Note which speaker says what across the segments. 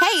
Speaker 1: Hey,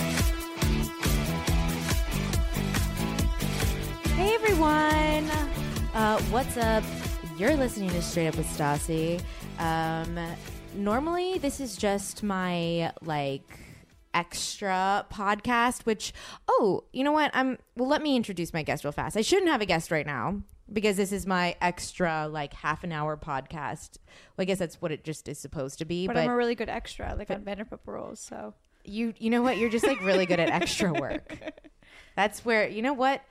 Speaker 2: Hey everyone, uh, what's up? You're listening to Straight Up with Stassi. Um, normally, this is just my like extra podcast. Which, oh, you know what? I'm well. Let me introduce my guest real fast. I shouldn't have a guest right now because this is my extra like half an hour podcast. Well, I guess that's what it just is supposed to be.
Speaker 3: But, I'm a really good extra, like on Vanderpump Rules. So
Speaker 2: you, you know what? You're just like really good at extra work. That's where you know what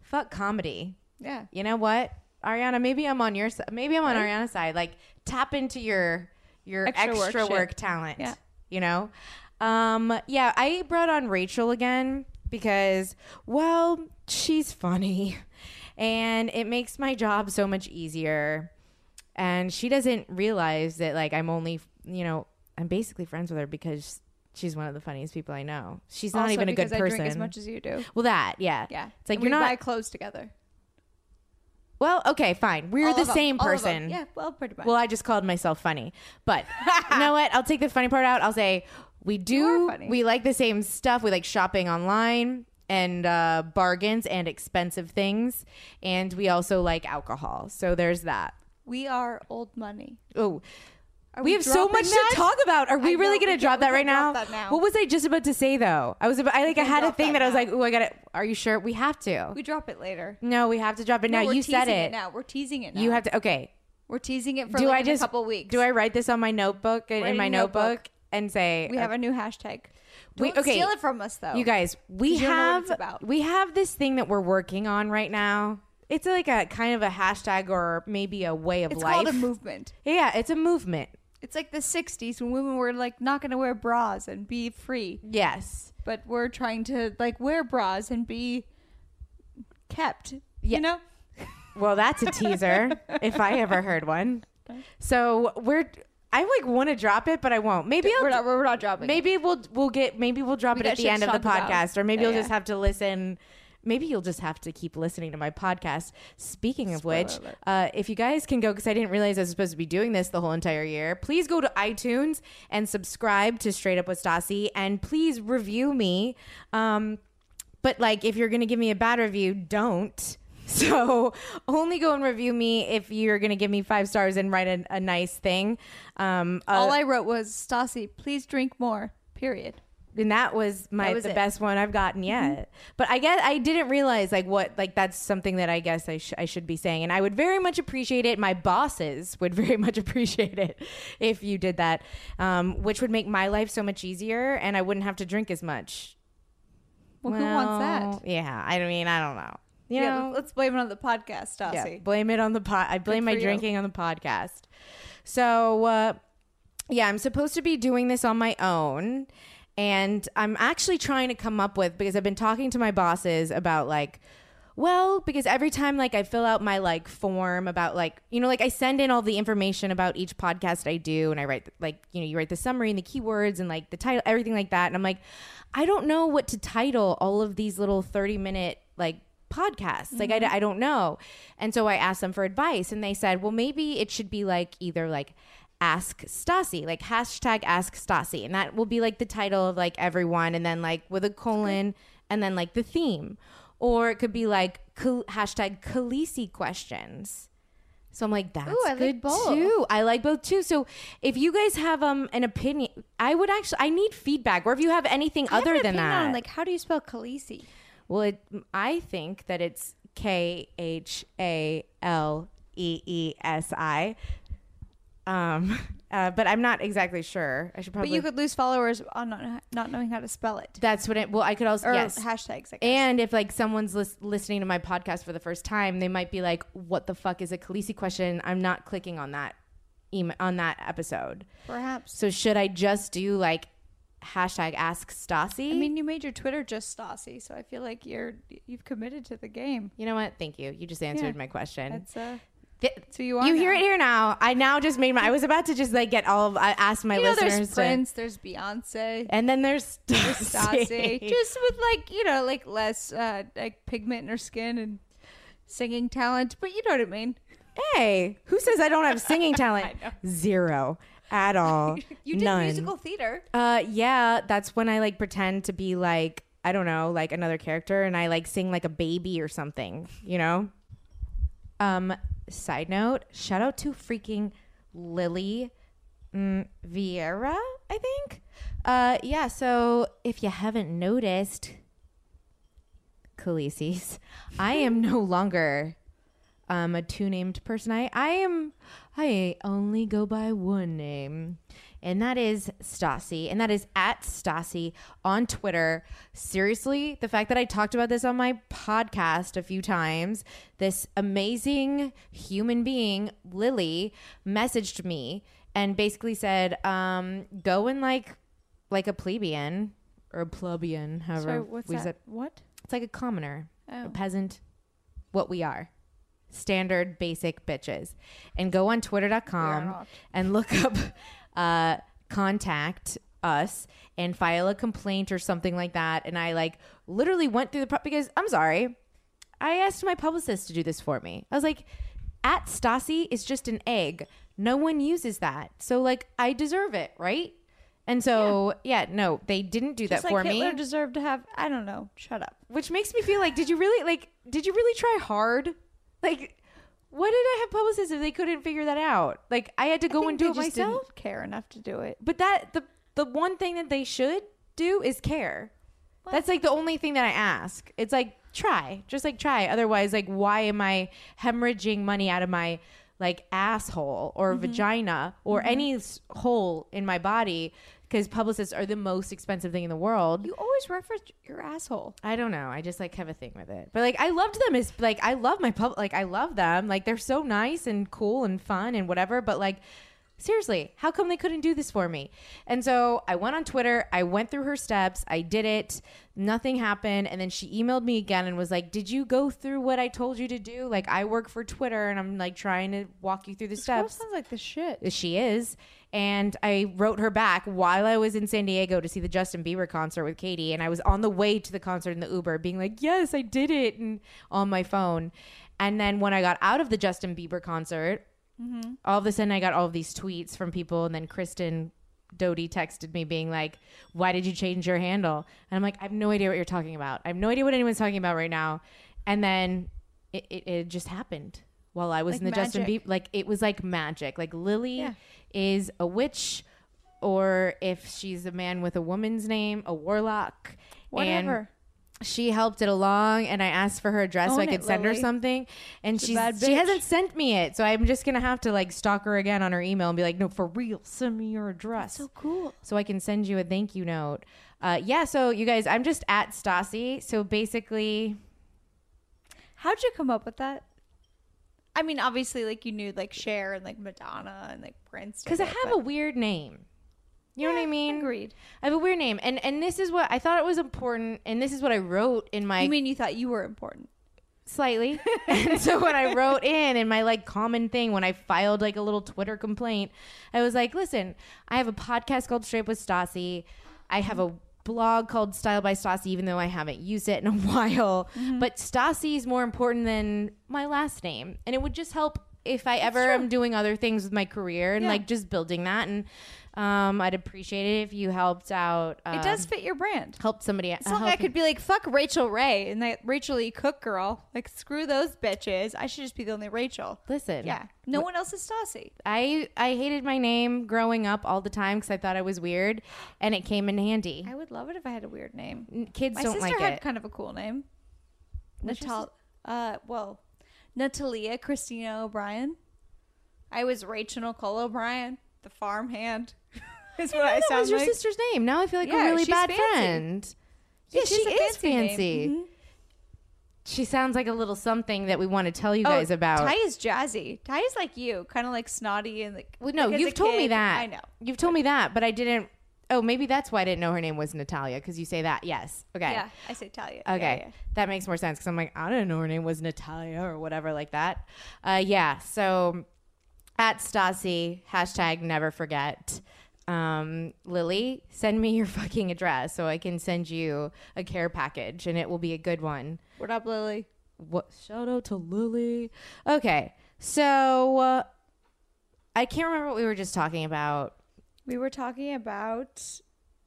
Speaker 2: fuck comedy.
Speaker 3: Yeah.
Speaker 2: You know what, Ariana? Maybe I'm on your side. Maybe I'm on Ariana's side. Like tap into your your
Speaker 3: Extra
Speaker 2: extra,
Speaker 3: work shit.
Speaker 2: work, talent.
Speaker 3: Yeah.
Speaker 2: You know. Um. Yeah. I brought on Rachel again because well, she's funny, and it makes my job so much easier. And she doesn't realize that like I'm only you know I'm basically friends with her because. She's one of the funniest people I know. She's not
Speaker 3: Also
Speaker 2: even a good
Speaker 3: because I
Speaker 2: person.
Speaker 3: drink as much as you do.
Speaker 2: well, that yeah,
Speaker 3: Yeah.
Speaker 2: It's like
Speaker 3: And
Speaker 2: you're
Speaker 3: we
Speaker 2: not
Speaker 3: buy clothes together.
Speaker 2: well, okay, fine. We're
Speaker 3: All
Speaker 2: the
Speaker 3: of 'em.
Speaker 2: same
Speaker 3: All of 'em.
Speaker 2: person.
Speaker 3: Yeah. Well, pretty much.
Speaker 2: Well, I just called myself funny, but you know what? I'll take the funny part out. I'll say we
Speaker 3: are
Speaker 2: do.
Speaker 3: funny.
Speaker 2: We like the same stuff. We like shopping online and uh, bargains and expensive things, and we also like alcohol. So there's that.
Speaker 3: we are old money.
Speaker 2: Oh.
Speaker 3: Are
Speaker 2: we, have so
Speaker 3: dropping
Speaker 2: much
Speaker 3: that?
Speaker 2: to talk about. Are we
Speaker 3: I know,
Speaker 2: really
Speaker 3: we
Speaker 2: gonna
Speaker 3: can't-
Speaker 2: drop
Speaker 3: we
Speaker 2: that
Speaker 3: can't
Speaker 2: right now?
Speaker 3: drop that now.
Speaker 2: What was I just about to say though? I was about, I like I
Speaker 3: can't
Speaker 2: had a
Speaker 3: drop
Speaker 2: thing
Speaker 3: that
Speaker 2: that I was
Speaker 3: now.
Speaker 2: like, oh, I got to Are you sure? We have to.
Speaker 3: We drop it later.
Speaker 2: no, we have to drop it
Speaker 3: No,
Speaker 2: now.
Speaker 3: we're
Speaker 2: You said
Speaker 3: teasing
Speaker 2: it.
Speaker 3: now. We're teasing it now.
Speaker 2: You have to. Okay,
Speaker 3: We're teasing it for
Speaker 2: do
Speaker 3: like
Speaker 2: I
Speaker 3: in
Speaker 2: just
Speaker 3: a couple weeks.
Speaker 2: Do I write this on my notebook in,
Speaker 3: Write it
Speaker 2: in my
Speaker 3: in your
Speaker 2: notebook,
Speaker 3: notebook.
Speaker 2: and say
Speaker 3: We have a new hashtag.
Speaker 2: We-
Speaker 3: Don't
Speaker 2: okay.
Speaker 3: steal it from us though.
Speaker 2: You guys, we
Speaker 3: 'Cause you don't know what
Speaker 2: have
Speaker 3: it's about.
Speaker 2: we have this thing that we're working on right now. It's like a kind of a hashtag or maybe a way of
Speaker 3: It's
Speaker 2: life.
Speaker 3: called a movement.
Speaker 2: Yeah, it's a movement.
Speaker 3: It's like the '60s when women were like not going to wear bras and be free,
Speaker 2: Yes.
Speaker 3: but we're trying to like wear bras and be kept. You know.
Speaker 2: Well, that's a teaser if I ever heard one. So we're I like want to drop it, but I won't. Maybe I'll
Speaker 3: we're not, we're not dropping. it.
Speaker 2: maybe we'll we'll get maybe we'll drop
Speaker 3: We
Speaker 2: it at
Speaker 3: got
Speaker 2: the
Speaker 3: shit
Speaker 2: end
Speaker 3: to
Speaker 2: of the
Speaker 3: talk about.
Speaker 2: podcast or maybe
Speaker 3: Yeah,
Speaker 2: you'll just
Speaker 3: yeah.
Speaker 2: have to listen maybe you'll just have to keep listening to my podcast speaking of which
Speaker 3: alert.
Speaker 2: uh, if you guys can go because i didn't realize i was supposed to be doing this the whole entire year please go to itunes and subscribe to straight up with stassi and please review me um, but like if you're gonna give me a bad review don't so only go and review me if you're gonna give me five stars and write a, a nice thing um, uh,
Speaker 3: All I wrote was Stassi, please drink more. Period.
Speaker 2: and that was my
Speaker 3: That was
Speaker 2: the
Speaker 3: it. Mm-hmm.
Speaker 2: best one I've gotten yet. But I guess I didn't realize like what like that's something that I guess I, sh- I should be saying, and I would very much appreciate it. My bosses would very much appreciate it if you did that, um, which would make my life so much easier, and I wouldn't have to drink as much.
Speaker 3: Well, who wants
Speaker 2: Well, Yeah, I mean I don't know. You
Speaker 3: that? Yeah,
Speaker 2: know,
Speaker 3: let's blame it on the podcast,
Speaker 2: yeah,
Speaker 3: Stassi.
Speaker 2: blame it on the pot. I blame
Speaker 3: Good
Speaker 2: my
Speaker 3: for you.
Speaker 2: drinking on the podcast. So, uh, yeah, I'm supposed to be doing this on my own. And I'm actually trying to come up with because I've been talking to my bosses about like, well, because every time like I fill out my like form about like, you know, like I send in all the information about each podcast I do and I write like, you know, you write the summary and the keywords and like the title, everything like that. And I'm like, I don't know what to title all of these little 30 minute like podcasts. Like,
Speaker 3: Mm-hmm.
Speaker 2: I d- I don't know. And so I asked them for advice, and they said, well, maybe it should be like either like ask Stasi, like hashtag ask Stasi. And that will be like the title of like everyone, and then like with a colon, and then like the theme. Or it could be like Khal- hashtag Khaleesi questions. So I'm like, that's
Speaker 3: I like
Speaker 2: good
Speaker 3: both.
Speaker 2: too. I like both too. So if you guys have um an opinion, I would actually I need feedback. Or if you have anything
Speaker 3: I have an
Speaker 2: other than
Speaker 3: opinion
Speaker 2: that,
Speaker 3: on, like how do you spell Khaleesi?
Speaker 2: well, it, I think that it's K H A L E E S I. Um, uh, but I'm not exactly sure. I should
Speaker 3: But
Speaker 2: probably.
Speaker 3: you could lose followers on not, not knowing how to spell it
Speaker 2: that's what it. Well, I could also
Speaker 3: or
Speaker 2: yes.
Speaker 3: hashtags. I guess.
Speaker 2: And if like someone's lis- listening to my podcast for the first time, they might be like, "What the fuck is a Khaleesi question?" I'm not clicking on that email on that episode.
Speaker 3: Perhaps.
Speaker 2: So should I just do like hashtag Ask Stassi?
Speaker 3: I mean, you made your Twitter just Stassi, so I feel like you're you've committed to the game.
Speaker 2: you know what? Thank you. You just answered
Speaker 3: Yeah.
Speaker 2: my question.
Speaker 3: That's uh,
Speaker 2: Th-
Speaker 3: who you are.
Speaker 2: you
Speaker 3: now.
Speaker 2: hear it here now. I now just made my. I was about to just like get all. Of, I asked my
Speaker 3: You know,
Speaker 2: listeners
Speaker 3: there's
Speaker 2: to-
Speaker 3: Prince, there's Beyonce,
Speaker 2: and then there's Stassi.
Speaker 3: Stassi, just with like you know, like less uh, like pigment in her skin and singing talent, but you know what I mean.
Speaker 2: Hey, who says I don't have singing talent? Zero at all.
Speaker 3: You did
Speaker 2: None.
Speaker 3: musical theater.
Speaker 2: Uh, yeah, that's when I like pretend to be like I don't know, like another character, and I like sing like a baby or something, you know. Um, side note, shout out to freaking Lily mm, Vieira, I think. Uh, yeah. So if you haven't noticed, Khaleesi's, I am no longer um, a two named person. I, I am, I only go by one name, and that is Stassi, and that is at Stassi on Twitter. Seriously, the fact that I talked about this on my podcast a few times, this amazing human being, Lily, messaged me and basically said, um, go and like, like a plebeian or a plebeian, however
Speaker 3: Sorry, what's
Speaker 2: we
Speaker 3: that?
Speaker 2: said.
Speaker 3: What?
Speaker 2: It's like a commoner,
Speaker 3: Oh.
Speaker 2: a peasant, what we are. Standard basic bitches. And go on twitter.com and look up uh, contact us and file a complaint or something like that. And I like literally went through the pro- because I'm sorry. I asked my publicist to do this for me. I was like, at Stasi is just an egg. No one uses that. So like I deserve it, right? And so yeah, no, they didn't do
Speaker 3: Just
Speaker 2: that
Speaker 3: like
Speaker 2: for me
Speaker 3: Hitler deserved to have. I don't know. Shut up.
Speaker 2: which makes me feel like did you really like did you really try hard like what did i have publicists if they couldn't figure that out like i had to
Speaker 3: I
Speaker 2: go
Speaker 3: think
Speaker 2: and do
Speaker 3: they
Speaker 2: it
Speaker 3: just
Speaker 2: myself
Speaker 3: Didn't care enough to do it.
Speaker 2: but that the the one thing that they should do is care that's like the only thing that i ask it's like try just like try otherwise like why am i hemorrhaging money out of my like asshole or
Speaker 3: Mm-hmm.
Speaker 2: vagina or any s- hole in my body because publicists are the most expensive thing in the world
Speaker 3: You always reference your asshole.
Speaker 2: I don't know. I just like have a thing with it. But like I loved them as like I love my pub like I love them. Like they're so nice and cool and fun and whatever, but like seriously, how come they couldn't do this for me? And so I went on Twitter, I went through her steps, I did it, nothing happened, and then she emailed me again and was like, "Did you go through what I told you to do? Like I work for Twitter and I'm like trying to walk you through the
Speaker 3: That
Speaker 2: steps."
Speaker 3: sounds like the shit.
Speaker 2: she is. And I wrote her back while I was in San Diego to see the Justin Bieber concert with Katie. And I was on the way to the concert in the Uber being like, yes, I did it. And on my phone. And then when I got out of the Justin Bieber concert, all of a sudden I got all of these tweets from people. And then Kristen Doty texted me being like, why did you change your handle? And I'm like, I have no idea what you're talking about. I have no idea what anyone's talking about right now. And then it, it, it just happened while I was in the Justin Bieber
Speaker 3: magic.
Speaker 2: like it was like magic. Like Lily
Speaker 3: Yeah.
Speaker 2: is a witch, or if she's a man with a woman's name, a warlock.
Speaker 3: Whatever.
Speaker 2: And she helped it along, and I asked for her address so I
Speaker 3: Own
Speaker 2: could
Speaker 3: it,
Speaker 2: send her
Speaker 3: Lily.
Speaker 2: something. And
Speaker 3: bad
Speaker 2: she's she
Speaker 3: bitch.
Speaker 2: hasn't sent me it, so I'm just gonna have to like stalk her again on her email and be like, "No, for real, send me your address." so
Speaker 3: cool.
Speaker 2: So I can send you a thank you note. Uh, yeah. So you guys, I'm just at Stassi. So basically,
Speaker 3: How'd you come up with that? I mean, obviously, like you knew like Cher and like Madonna and like Prince.
Speaker 2: because I have a weird name. You know what I mean?
Speaker 3: Agreed.
Speaker 2: I have a weird name, and and this is what I thought it was important, and this is what I wrote in my
Speaker 3: I mean, you thought you were important.
Speaker 2: slightly. and so when I wrote in in my like common thing when I filed like a little Twitter complaint, I was like, listen, I have a podcast called Straight with Stassi. I have a blog called Style by Stassi, even though I haven't used it in a while.
Speaker 3: Mm-hmm.
Speaker 2: But Stassi is more important than my last name. And it would just help if I ever am doing other things with my career and like just building that. And um, I'd appreciate it if you helped out. Um,
Speaker 3: It does fit your brand.
Speaker 2: Help somebody.
Speaker 3: It's not like I could be like, fuck Rachel Ray and that Rachel E. Cook girl. Like, screw those bitches. I should just be the only Rachel.
Speaker 2: Listen.
Speaker 3: Yeah. No one else is Stassi.
Speaker 2: I I hated my name growing up all the time because I thought I was weird, and it came in handy.
Speaker 3: I would love it if I had a weird name.
Speaker 2: N- Kids
Speaker 3: My
Speaker 2: don't
Speaker 3: sister
Speaker 2: like
Speaker 3: had
Speaker 2: it.
Speaker 3: kind of a cool name. Natal uh well, Natalia Christina O'Brien. I was Rachel Nicole O'Brien, the farm hand. is what I,
Speaker 2: that
Speaker 3: sound
Speaker 2: was your
Speaker 3: like.
Speaker 2: sister's name. Now I feel like
Speaker 3: Yeah,
Speaker 2: a really
Speaker 3: she's
Speaker 2: bad
Speaker 3: fancy.
Speaker 2: friend. Yeah, she
Speaker 3: she's a
Speaker 2: is
Speaker 3: fancy
Speaker 2: fancy.
Speaker 3: name. Mm-hmm.
Speaker 2: She sounds like a little something that we want to tell you
Speaker 3: Oh,
Speaker 2: guys about.
Speaker 3: Ty is jazzy. Ty is like you, kind of like snotty and like.
Speaker 2: well, no,
Speaker 3: like as a
Speaker 2: you've told me
Speaker 3: kid.
Speaker 2: that.
Speaker 3: I know.
Speaker 2: You've told me that, but I didn't. Oh, maybe that's why I didn't know her name was Natalia because you say that. Yes. Okay.
Speaker 3: Yeah, I say Talia. Yeah,
Speaker 2: Okay.
Speaker 3: yeah.
Speaker 2: That makes more sense because I'm like, I didn't know her name was Natalia or whatever like that. Uh, yeah. So at Stasi, hashtag never forget. Um, Lily, send me your fucking address so I can send you a care package and it will be a good one.
Speaker 3: What up, Lily?
Speaker 2: What shout out to Lily. Okay. So uh, I can't remember what we were just talking about.
Speaker 3: We were talking about.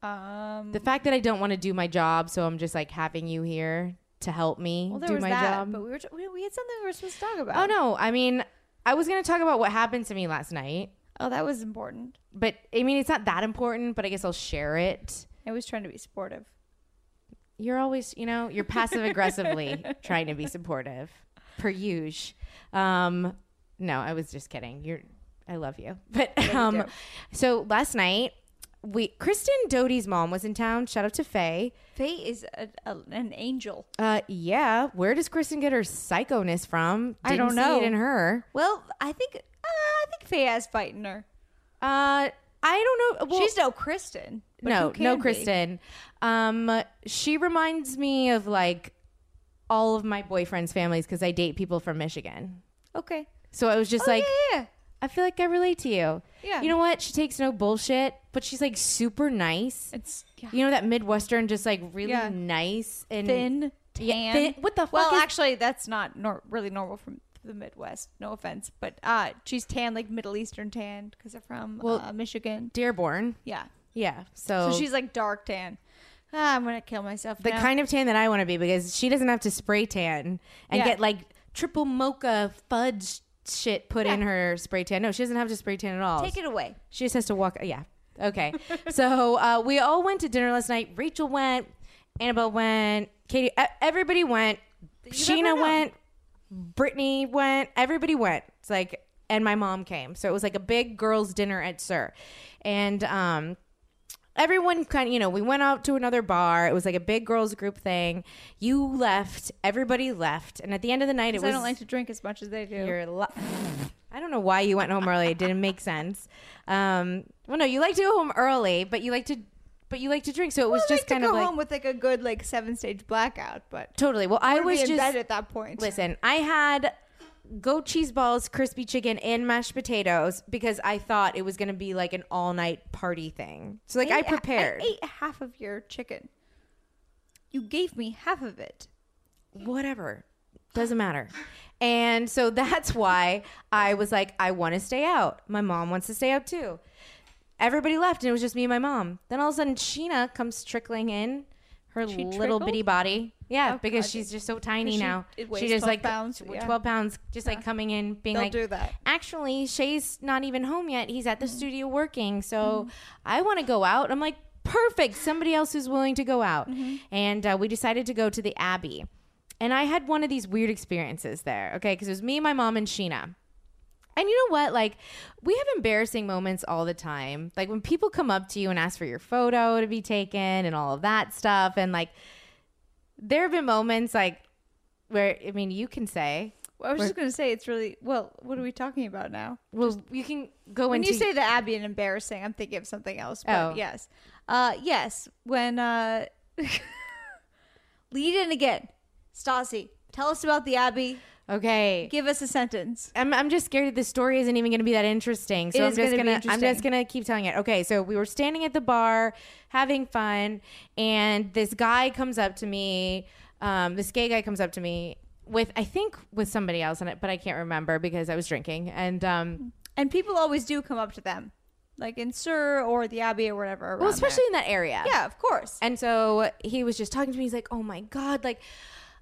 Speaker 3: Um,
Speaker 2: The fact that I don't want to do my job, so I'm just like having you here to help me
Speaker 3: well, there
Speaker 2: do
Speaker 3: was
Speaker 2: my
Speaker 3: that,
Speaker 2: job.
Speaker 3: but we were t- we, we had something we were supposed to talk about.
Speaker 2: Oh no, I mean, I was gonna talk about what happened to me last night,
Speaker 3: Oh, that was important.
Speaker 2: but I mean, it's not that important. But I guess I'll share it.
Speaker 3: I was trying to be supportive.
Speaker 2: You're always, you know, you're passive aggressively trying to be supportive, per usual. Um, no, I was just kidding. You're, I love you, but um, so last night we Kristen Doty's mom was in town. Shout out to Faye.
Speaker 3: Faye is a, a, an angel.
Speaker 2: Uh, yeah, where does Kristen get her psychoness from?
Speaker 3: I don't
Speaker 2: Didn't see
Speaker 3: know.
Speaker 2: it in her.
Speaker 3: Well, I think uh, I think Faye has fight in her.
Speaker 2: Uh, I don't know. Well,
Speaker 3: She's no Kristen. but
Speaker 2: no,
Speaker 3: who can
Speaker 2: no,
Speaker 3: be?
Speaker 2: Kristen. Um, she reminds me of like all of my boyfriends' families because I date people from Michigan.
Speaker 3: Okay.
Speaker 2: So I was just
Speaker 3: Oh,
Speaker 2: like,
Speaker 3: yeah, yeah.
Speaker 2: I feel like I relate to you.
Speaker 3: Yeah.
Speaker 2: You know what? She takes no bullshit, but she's like super nice.
Speaker 3: It's yeah.
Speaker 2: You know that Midwestern, just like really
Speaker 3: Yeah.
Speaker 2: nice and
Speaker 3: thin, tan.
Speaker 2: Yeah, thin- What the fuck?
Speaker 3: Well,
Speaker 2: is-
Speaker 3: actually, that's not nor- really normal from the Midwest. No offense, but uh, she's tan, like Middle Eastern tan, because they're from uh, Michigan.
Speaker 2: Dearborn.
Speaker 3: Yeah,
Speaker 2: Yeah. So,
Speaker 3: so she's like dark tan. Ah, I'm gonna kill myself.
Speaker 2: the kind of tan that I want to be because she doesn't have to spray tan and
Speaker 3: Yeah.
Speaker 2: get like triple mocha fudge shit put in her spray tan. No, she doesn't have to spray tan at all.
Speaker 3: take it away.
Speaker 2: She just has to walk. Yeah. Okay. so uh, we all went to dinner last night. Rachel went. Annabelle went. Katie. e- Everybody went. Sheena went. Brittany went. Everybody went. It's like, and my mom came. So it was like a big girls' dinner at Sir, and um, everyone kind of you know we went out to another bar. It was like a big girls' group thing. You left. Everybody left, and at the end of the night, it
Speaker 3: 'Cause I
Speaker 2: was
Speaker 3: don't like to drink as much as they do.
Speaker 2: your li- I don't know why you went home early. It didn't make sense. Um, well, no, you like to go home early, but you like to, but you like to drink. So it was
Speaker 3: I
Speaker 2: just
Speaker 3: like to
Speaker 2: kind
Speaker 3: go
Speaker 2: of like
Speaker 3: home with like a good like seven stage blackout, but
Speaker 2: totally. Well, I
Speaker 3: I was
Speaker 2: was
Speaker 3: be in
Speaker 2: just
Speaker 3: bed at that point.
Speaker 2: listen. I had goat cheese balls, crispy chicken, and mashed potatoes because I thought it was going to be like an all night party thing. So like I,
Speaker 3: ate-
Speaker 2: prepared.
Speaker 3: I ate half of your chicken. You gave me half of it.
Speaker 2: whatever doesn't matter and so that's why i was like i want to stay out my mom wants to stay out too everybody left and it was just me and my mom then all of a sudden sheena comes trickling in her little
Speaker 3: trickled? Oh,
Speaker 2: bitty body yeah because she's just so tiny
Speaker 3: she-
Speaker 2: now
Speaker 3: it weighs
Speaker 2: she just
Speaker 3: 12
Speaker 2: like
Speaker 3: pounds, yeah.
Speaker 2: 12 pounds just like coming in being
Speaker 3: They'll
Speaker 2: like
Speaker 3: do that. Mm-hmm.
Speaker 2: actually shay's not even home yet he's at the studio working so i want to go out i'm like perfect somebody else who's willing to go out
Speaker 3: Mm-hmm.
Speaker 2: and uh, we decided to go to the abbey and i had one of these weird experiences there okay because it was me my mom and sheena and you know what? Like, we have embarrassing moments all the time. Like, when people come up to you and ask for your photo to be taken and all of that stuff. And, like, there have been moments, like, where, I mean, you can say,
Speaker 3: Well, I was just gonna say it's really well. What are we talking about now?
Speaker 2: well, you can go
Speaker 3: When
Speaker 2: into.
Speaker 3: you say the Abbey and embarrassing, I'm thinking of something else. But
Speaker 2: Oh.
Speaker 3: yes, uh, yes. When uh, lead in again, Stassi, tell us about the Abbey
Speaker 2: Okay.
Speaker 3: Give us a sentence.
Speaker 2: I'm, I'm just scared that this story isn't even going to be that interesting. So
Speaker 3: It
Speaker 2: I'm
Speaker 3: is
Speaker 2: just
Speaker 3: gonna be
Speaker 2: gonna, I'm just
Speaker 3: interesting.
Speaker 2: gonna keep telling it. Okay, so we were standing at the bar having fun, and this guy comes up to me. Um, this gay guy comes up to me with I think with somebody else in it, but I can't remember because I was drinking. And um,
Speaker 3: And people always do come up to them, like in Sir or the Abbey or whatever.
Speaker 2: well,
Speaker 3: around there.
Speaker 2: especially in that area.
Speaker 3: yeah, of course.
Speaker 2: And so he was just talking to me. He's like, "Oh my god, like."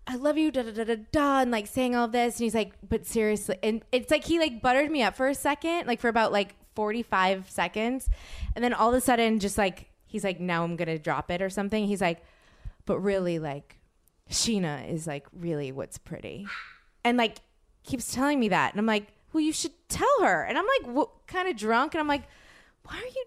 Speaker 2: I love you, da da da da da, and like saying all this, and he's like, but seriously, and it's like he like buttered me up for a second, like for about like forty five seconds, and then all of a sudden, just like he's like, now I'm gonna drop it or something. He's like, but really, like, Sheena is like really what's pretty, and like keeps telling me that, and I'm like, well, you should tell her, and I'm like, what kind of drunk, and I'm like, why are you?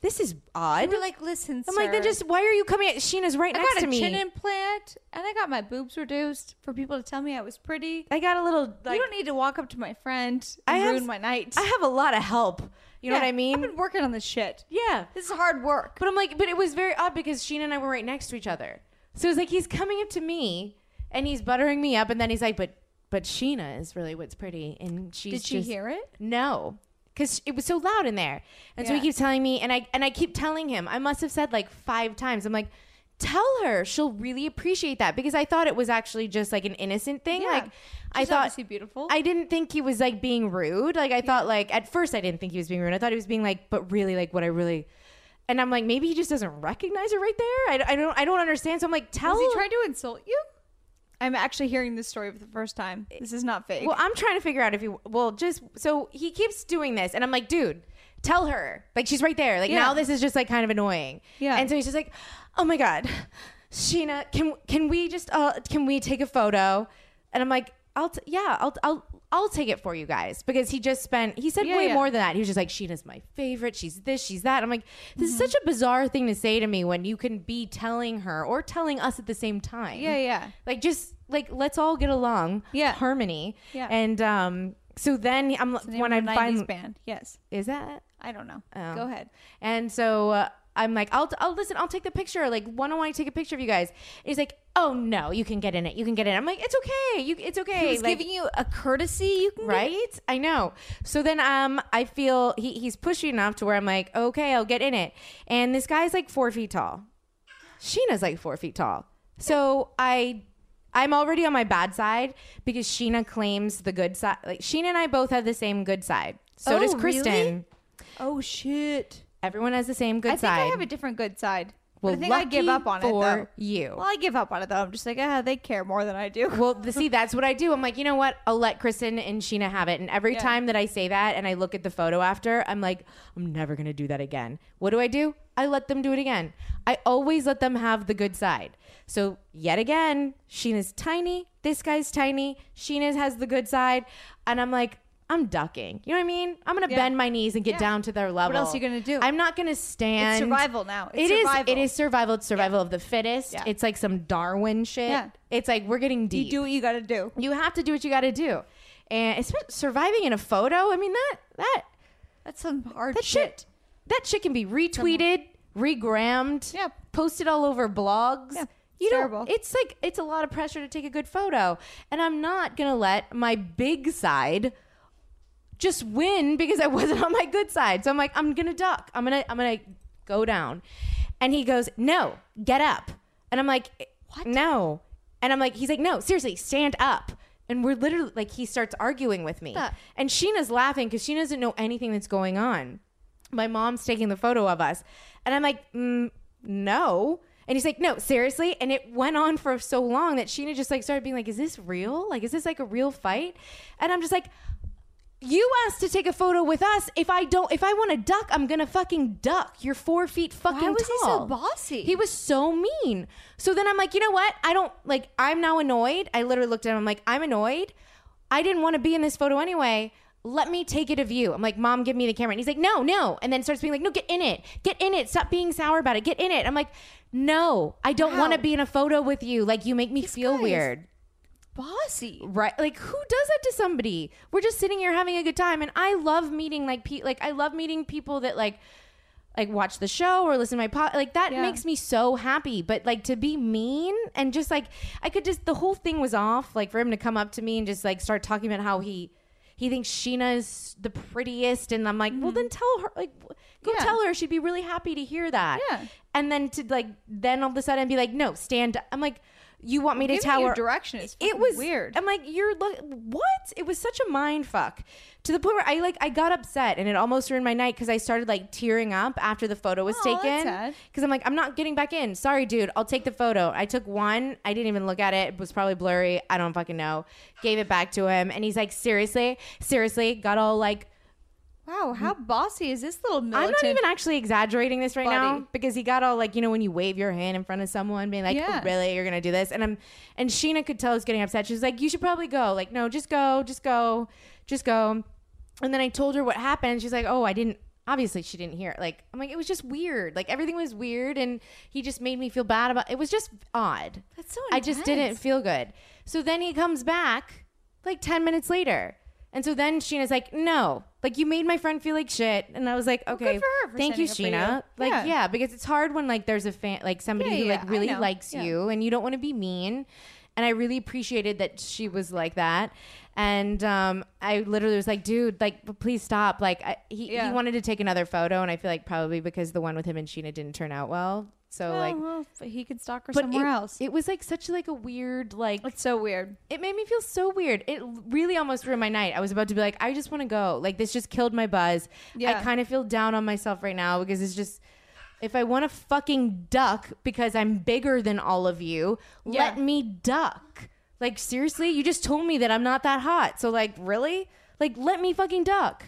Speaker 2: This is odd.
Speaker 3: We're like, listen,
Speaker 2: I'm like, then
Speaker 3: sir,
Speaker 2: just why are you coming? At, Sheena's right
Speaker 3: I
Speaker 2: next
Speaker 3: got
Speaker 2: to
Speaker 3: a
Speaker 2: me.
Speaker 3: chin implant and I got my boobs reduced for people to tell me I was pretty.
Speaker 2: I got a little. Like,
Speaker 3: you don't need to walk up to my friend
Speaker 2: I
Speaker 3: and
Speaker 2: have-
Speaker 3: ruin my night.
Speaker 2: I have a lot of help. You know what
Speaker 3: Yeah,
Speaker 2: I mean?
Speaker 3: I've been working on this shit.
Speaker 2: yeah.
Speaker 3: This is hard work.
Speaker 2: But I'm like, but it was very odd because Sheena and I were right next to each other. So it's like he's coming up to me and he's buttering me up, and then he's like, but but Sheena is really what's pretty, and she's
Speaker 3: Did she
Speaker 2: just-
Speaker 3: hear it?
Speaker 2: No. Because it was so loud in there, and so he
Speaker 3: Yeah.
Speaker 2: keeps telling me, and I and I keep telling him. I must have said like five times. I'm like, tell her she'll really appreciate that because I thought it was actually just like an innocent thing.
Speaker 3: Yeah.
Speaker 2: Like I
Speaker 3: She's
Speaker 2: thought
Speaker 3: obviously beautiful.
Speaker 2: I didn't think he was like being rude. Like I thought like at first I didn't think he was being rude. I thought he was being like, but really like what I really. And I'm like, maybe he just doesn't recognize it right there. I, I don't I don't understand. So I'm like, tell.
Speaker 3: Has he tried to insult you? I'm actually hearing this story for the first time. This is not fake.
Speaker 2: Well, I'm trying to figure out if he well just so he keeps doing this, and I'm like, dude, tell her like she's right there. Like
Speaker 3: Yeah.
Speaker 2: now this is just like kind of annoying.
Speaker 3: Yeah.
Speaker 2: And so he's just like, oh my god, Sheena, can can we just uh can we take a photo? And I'm like, I'll t- yeah, I'll I'll. I'll take it for you guys because he just spent. He said
Speaker 3: Yeah,
Speaker 2: way
Speaker 3: yeah.
Speaker 2: more than that. He was just like, "Sheena's my favorite. She's this. She's that." I'm like, this
Speaker 3: Mm-hmm.
Speaker 2: is such a bizarre thing to say to me when you can be telling her or telling us at the same time.
Speaker 3: yeah, yeah.
Speaker 2: Like just like let's all get along.
Speaker 3: Yeah.
Speaker 2: Harmony.
Speaker 3: Yeah.
Speaker 2: And um so then I'm
Speaker 3: The name
Speaker 2: when I
Speaker 3: of a 90s
Speaker 2: find
Speaker 3: band. Yes.
Speaker 2: is that
Speaker 3: I don't know.
Speaker 2: Oh.
Speaker 3: Go ahead.
Speaker 2: and so uh, I'm like I'll I'll listen I'll take the picture like why don't I take a picture of you guys and he's like oh no you can get in it you can get in it. I'm like it's okay you it's okay
Speaker 3: He's
Speaker 2: like,
Speaker 3: giving you a courtesy you can get.
Speaker 2: right i know so then um i feel he, he's pushing enough to where i'm like okay i'll get in it and this guy's like four feet tall sheena's like four feet tall so i i'm already on my bad side because sheena claims the good side like sheena and i both have the same good side so
Speaker 3: Oh,
Speaker 2: does
Speaker 3: really?
Speaker 2: kristen
Speaker 3: Oh shit.
Speaker 2: everyone has the same good
Speaker 3: I think
Speaker 2: side
Speaker 3: I have a different good side. But
Speaker 2: well
Speaker 3: I think I give
Speaker 2: lucky
Speaker 3: up on
Speaker 2: for
Speaker 3: it though.
Speaker 2: you
Speaker 3: Well, I give up on it though. I'm just like, ah, they care more than I do.
Speaker 2: Well, the, see, that's what I do. I'm like, you know what? I'll let Kristen and Sheena have it. And every
Speaker 3: Yeah.
Speaker 2: time that I say that and I look at the photo after, I'm like, I'm never going to do that again. What do I do? I let them do it again. I always let them have the good side. So, yet again, Sheena's tiny. This guy's tiny. Sheena has the good side. And I'm like, I'm ducking. You know what I mean? I'm going to bend my knees and get down to their level.
Speaker 3: else you gonna do?
Speaker 2: I'm not going to stand.
Speaker 3: survival now. It's
Speaker 2: It is-
Speaker 3: survival.
Speaker 2: It is survival. It's survival of the fittest.
Speaker 3: Yeah.
Speaker 2: It's like some Darwin shit.
Speaker 3: Yeah.
Speaker 2: It's like we're getting deep
Speaker 3: you do what you got to do.
Speaker 2: you have to do what you got to do and espe- surviving in a photo i mean that that
Speaker 3: That's some hard
Speaker 2: that shit,
Speaker 3: shit.
Speaker 2: that shit can be retweeted regrammed
Speaker 3: Yeah.
Speaker 2: posted all over blogs
Speaker 3: Yeah.
Speaker 2: you know
Speaker 3: Terrible.
Speaker 2: it's like it's a lot of pressure to take a good photo and i'm not gonna let my big side just win because i wasn't on my good side so i'm like i'm gonna duck i'm gonna i'm gonna go down and he goes no get up and i'm like what no and i'm like he's like no seriously stand up and we're literally like he starts arguing with me
Speaker 3: Huh.
Speaker 2: and sheena's laughing because she doesn't know anything that's going on my mom's taking the photo of us. And I'm like, mm, no. And he's like, no, seriously. And it went on for so long that Sheena just like started being like, is this real? Like, is this like a real fight? And I'm just like, you asked to take a photo with us. If I don't, if I want to duck, I'm gonna fucking duck. You're four feet fucking
Speaker 3: Why was he so
Speaker 2: tall.
Speaker 3: bossy?
Speaker 2: He was so mean. So then I'm like, you know what? I don't like. I'm now annoyed. I literally looked at him. I'm like, I'm annoyed. I didn't want to be in this photo anyway. Let me take it of you. I'm like, Mom, give me the camera. And he's like, No, no. And then starts being like, No, get in it. Get in it. Stop being sour about it. Get in it. I'm like, No, I don't want to be in a photo with you. Like, you make me feel
Speaker 3: guy is-
Speaker 2: weird.
Speaker 3: Bossy.
Speaker 2: Right. Like who does that to somebody? We're just sitting here having a good time and I love meeting like pe- like I love meeting people that like like watch the show or listen to my pod like that makes me so happy but like to be mean and just like i could just the whole thing was off like for him to come up to me and just like start talking about how he he thinks sheena is the prettiest and i'm like well then tell her like w- go
Speaker 3: Mm-hmm. Yeah.
Speaker 2: tell her she'd be really happy to hear that
Speaker 3: Yeah.
Speaker 2: and then to like then all of a sudden be like no stand up i'm like you want me to
Speaker 3: Giving
Speaker 2: tell
Speaker 3: you
Speaker 2: her
Speaker 3: direction is
Speaker 2: it
Speaker 3: fucking
Speaker 2: was
Speaker 3: weird.
Speaker 2: I'm like, you're look what? It was such a mind fuck to the point where I like I got upset and it almost ruined my night because I started like tearing up after the photo was
Speaker 3: Aw, that's
Speaker 2: taken
Speaker 3: sad.
Speaker 2: because I'm like, I'm not getting back in. Sorry, dude. I'll take the photo. I took one. I didn't even look at it. It was probably blurry. I don't fucking know. Gave it back to him and he's like, seriously, seriously. Got all like.
Speaker 3: Wow, how bossy is this little
Speaker 2: Mm. I'm
Speaker 3: militant?
Speaker 2: not even actually exaggerating this right now
Speaker 3: buddy.
Speaker 2: because he got all like, you know, when you wave your hand in front of someone, being like,
Speaker 3: Yeah.
Speaker 2: oh, really, you're gonna do this? And I'm, and Sheena could tell I was getting upset. She's like, you should probably go. Like, no, just go, just go, just go. And then I told her what happened. She's like, oh, I didn't. Obviously, she didn't hear. It. Like, I'm like, it was just weird. Like everything was weird, and he just made me feel bad about. It was just odd.
Speaker 3: That's so
Speaker 2: I just didn't
Speaker 3: intense.
Speaker 2: feel good. So then he comes back like 10 minutes later. And so then Sheena's like, no, like you made my friend feel like shit. And I was like, okay,
Speaker 3: good for her for
Speaker 2: thank you,
Speaker 3: standing up
Speaker 2: Sheena.
Speaker 3: for you.
Speaker 2: Like, yeah.
Speaker 3: Yeah.
Speaker 2: because it's hard when like there's a fan, like somebody
Speaker 3: Yeah,
Speaker 2: who
Speaker 3: yeah,
Speaker 2: like
Speaker 3: I
Speaker 2: really
Speaker 3: know.
Speaker 2: likes
Speaker 3: Yeah.
Speaker 2: you and you don't want to be mean. And I really appreciated that she was like that. And um, I literally was like, dude, like, please stop. Like, I, he, he
Speaker 3: Yeah.
Speaker 2: wanted to take another photo. And I feel like probably because the one with him and Sheena didn't turn out well. So,
Speaker 3: Oh,
Speaker 2: like,
Speaker 3: well, f- he could stalk her
Speaker 2: but
Speaker 3: somewhere
Speaker 2: it,
Speaker 3: else.
Speaker 2: It was like such like a weird like
Speaker 3: it's so weird.
Speaker 2: it made me feel so weird. It l- really almost ruined my night. I was about to be like, I just want to go. Like this just killed my buzz.
Speaker 3: Yeah.
Speaker 2: I kind of feel down on myself right now because it's just if I want to fucking duck because I'm bigger than all of you, let
Speaker 3: Yeah.
Speaker 2: me duck. Like seriously, you just told me that I'm not that hot. So like really? Like let me fucking duck.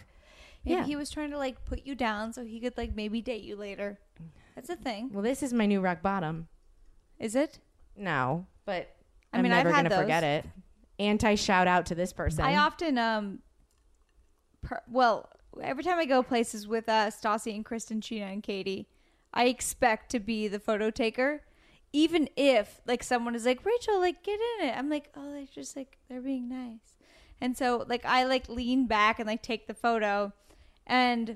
Speaker 3: Maybe
Speaker 2: Yeah.
Speaker 3: he was trying to like put you down so he could like maybe date you later. That's a thing.
Speaker 2: Well, this is my new rock bottom.
Speaker 3: Is it?
Speaker 2: No, but I
Speaker 3: I
Speaker 2: am
Speaker 3: mean, I've
Speaker 2: never
Speaker 3: had
Speaker 2: gonna
Speaker 3: those.
Speaker 2: forget it. Anti shout out to this person.
Speaker 3: I often um per- well, every time I go places with uh Stassi and Kristen, Sheena and Katie, I expect to be the photo taker. Even if like someone is like, Rachel, like get in it. I'm like, oh, they're just like they're being nice. And so like I like lean back and like take the photo and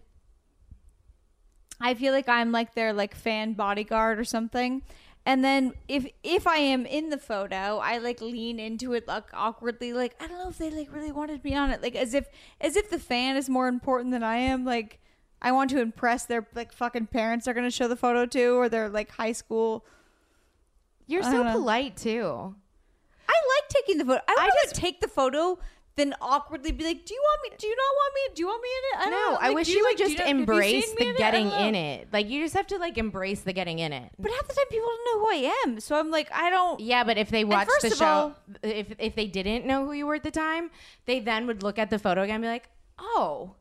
Speaker 3: I feel like I'm like their like fan bodyguard or something. And then if if I am in the photo, I like lean into it like awkwardly, like I don't know if they like really wanted me on it, like as if as if the fan is more important than I am. Like I want to impress their like fucking parents are gonna show the photo to, or their like high school.
Speaker 2: You're
Speaker 3: I
Speaker 2: so
Speaker 3: don't know.
Speaker 2: polite too.
Speaker 3: I like taking the photo. I would
Speaker 2: I
Speaker 3: just take the photo, then awkwardly be like, "Do you want me? Do you not want me? Do you want me in it? I don't
Speaker 2: No,
Speaker 3: know.
Speaker 2: I
Speaker 3: Like,
Speaker 2: wish
Speaker 3: do
Speaker 2: you
Speaker 3: like,
Speaker 2: would
Speaker 3: do
Speaker 2: just
Speaker 3: not- have you
Speaker 2: embrace
Speaker 3: seen me
Speaker 2: the
Speaker 3: it? I
Speaker 2: getting
Speaker 3: don't know.
Speaker 2: in it. Like you just have to like embrace the getting in it.
Speaker 3: But half the time, people don't know who I am, so I'm like, I don't.
Speaker 2: Yeah, but if they watched
Speaker 3: first
Speaker 2: the
Speaker 3: of
Speaker 2: show,
Speaker 3: all-
Speaker 2: if if they didn't know who you were at the time, they then would look at the photo again and be like, "Oh, yeah."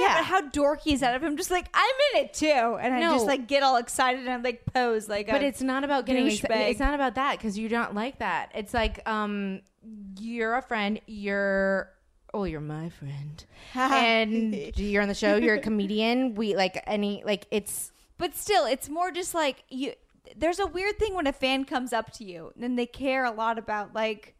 Speaker 3: Yeah, but how dorky is that? If I'm just like, I'm in it too, and
Speaker 2: No.
Speaker 3: I just like get all excited and I like pose like.
Speaker 2: But
Speaker 3: a
Speaker 2: it's not about getting. exci-
Speaker 3: douchebag.
Speaker 2: it's not about that because you don't like that. It's like um, you're a friend. You're oh, you're my friend, and you're on the show. You're a comedian. We like any like it's
Speaker 3: But still, it's more just like you. There's a weird thing when a fan comes up to you, and they care a lot about like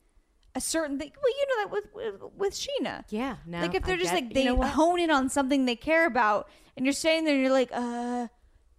Speaker 3: a certain thing. Well, you know that with with, with Sheena.
Speaker 2: yeah. No,
Speaker 3: like if
Speaker 2: I
Speaker 3: they're just
Speaker 2: get-
Speaker 3: like
Speaker 2: you
Speaker 3: they
Speaker 2: know what?
Speaker 3: hone in on something they care about, and you're standing there and you're like, uh,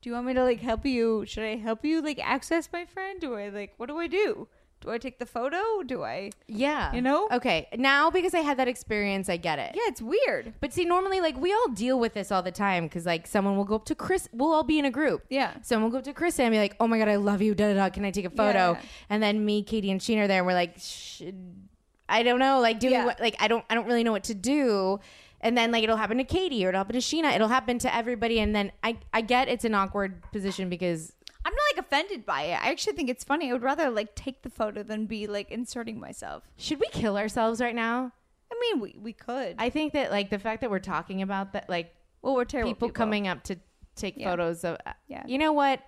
Speaker 3: do you want me to like help you? Should I help you like access my friend? Do I like what do I do? Do I take the photo? Do I?
Speaker 2: Yeah.
Speaker 3: You know?
Speaker 2: Okay. Now because I had that experience, I get it.
Speaker 3: Yeah, it's weird.
Speaker 2: But see, normally, like we all deal with this all the time because, like, someone will go up to Chris. We'll all be in a group.
Speaker 3: Yeah.
Speaker 2: Someone will go up to Chris and be like, "Oh my god, I love you." Da da da. Can I take a photo?
Speaker 3: yeah.
Speaker 2: And then me, Katie, and Sheena are there, and we're like, "Should- "I don't know. Like, do we
Speaker 3: Yeah.
Speaker 2: we, like I don't I don't really know what to do." And then like it'll happen to Katie or it'll happen to Sheena. It'll happen to everybody. And then I I get it's an awkward position because
Speaker 3: I'm not like offended by it. I actually think it's funny. I would rather like take the photo than be like inserting myself.
Speaker 2: should we kill ourselves right now?
Speaker 3: I mean, we we could.
Speaker 2: I think that like the fact that we're talking about that like
Speaker 3: well, we're terrible
Speaker 2: people, coming up to take
Speaker 3: Yeah.
Speaker 2: photos of.
Speaker 3: Yeah.
Speaker 2: You know what?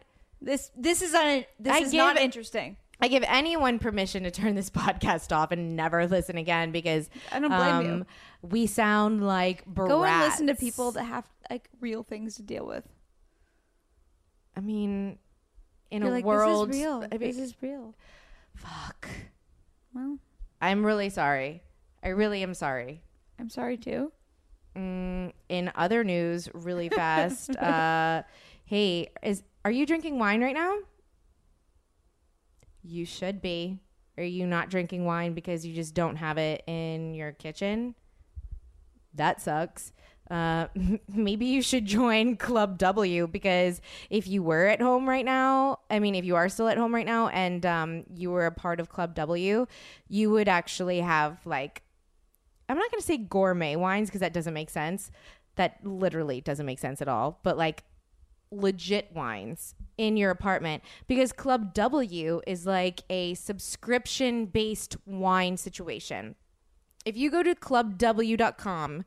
Speaker 3: This this is un, this
Speaker 2: I
Speaker 3: is not
Speaker 2: give-
Speaker 3: interesting.
Speaker 2: I give anyone permission to turn this podcast off and never listen again because
Speaker 3: I don't blame you.
Speaker 2: um, We sound like brats.
Speaker 3: Go and listen to people that have like real things to deal with.
Speaker 2: I mean, in
Speaker 3: You're
Speaker 2: a
Speaker 3: like,
Speaker 2: world,
Speaker 3: this is real.
Speaker 2: I mean,
Speaker 3: this is real.
Speaker 2: fuck.
Speaker 3: Well,
Speaker 2: I'm really sorry. I really am sorry.
Speaker 3: I'm sorry too.
Speaker 2: Mm, in other news, really fast, uh, "Hey, is are you drinking wine right now?" You should be. Are you not drinking wine because you just don't have it in your kitchen? that sucks. Uh, maybe you should join Club W because if you were at home right now, I mean, if you are still at home right now and um, you were a part of Club W, you would actually have like, I'm not going to say gourmet wines because that doesn't make sense. That literally doesn't make sense at all. But like legit wines in your apartment because Club W is like a subscription based wine situation. If you go to clubw.com,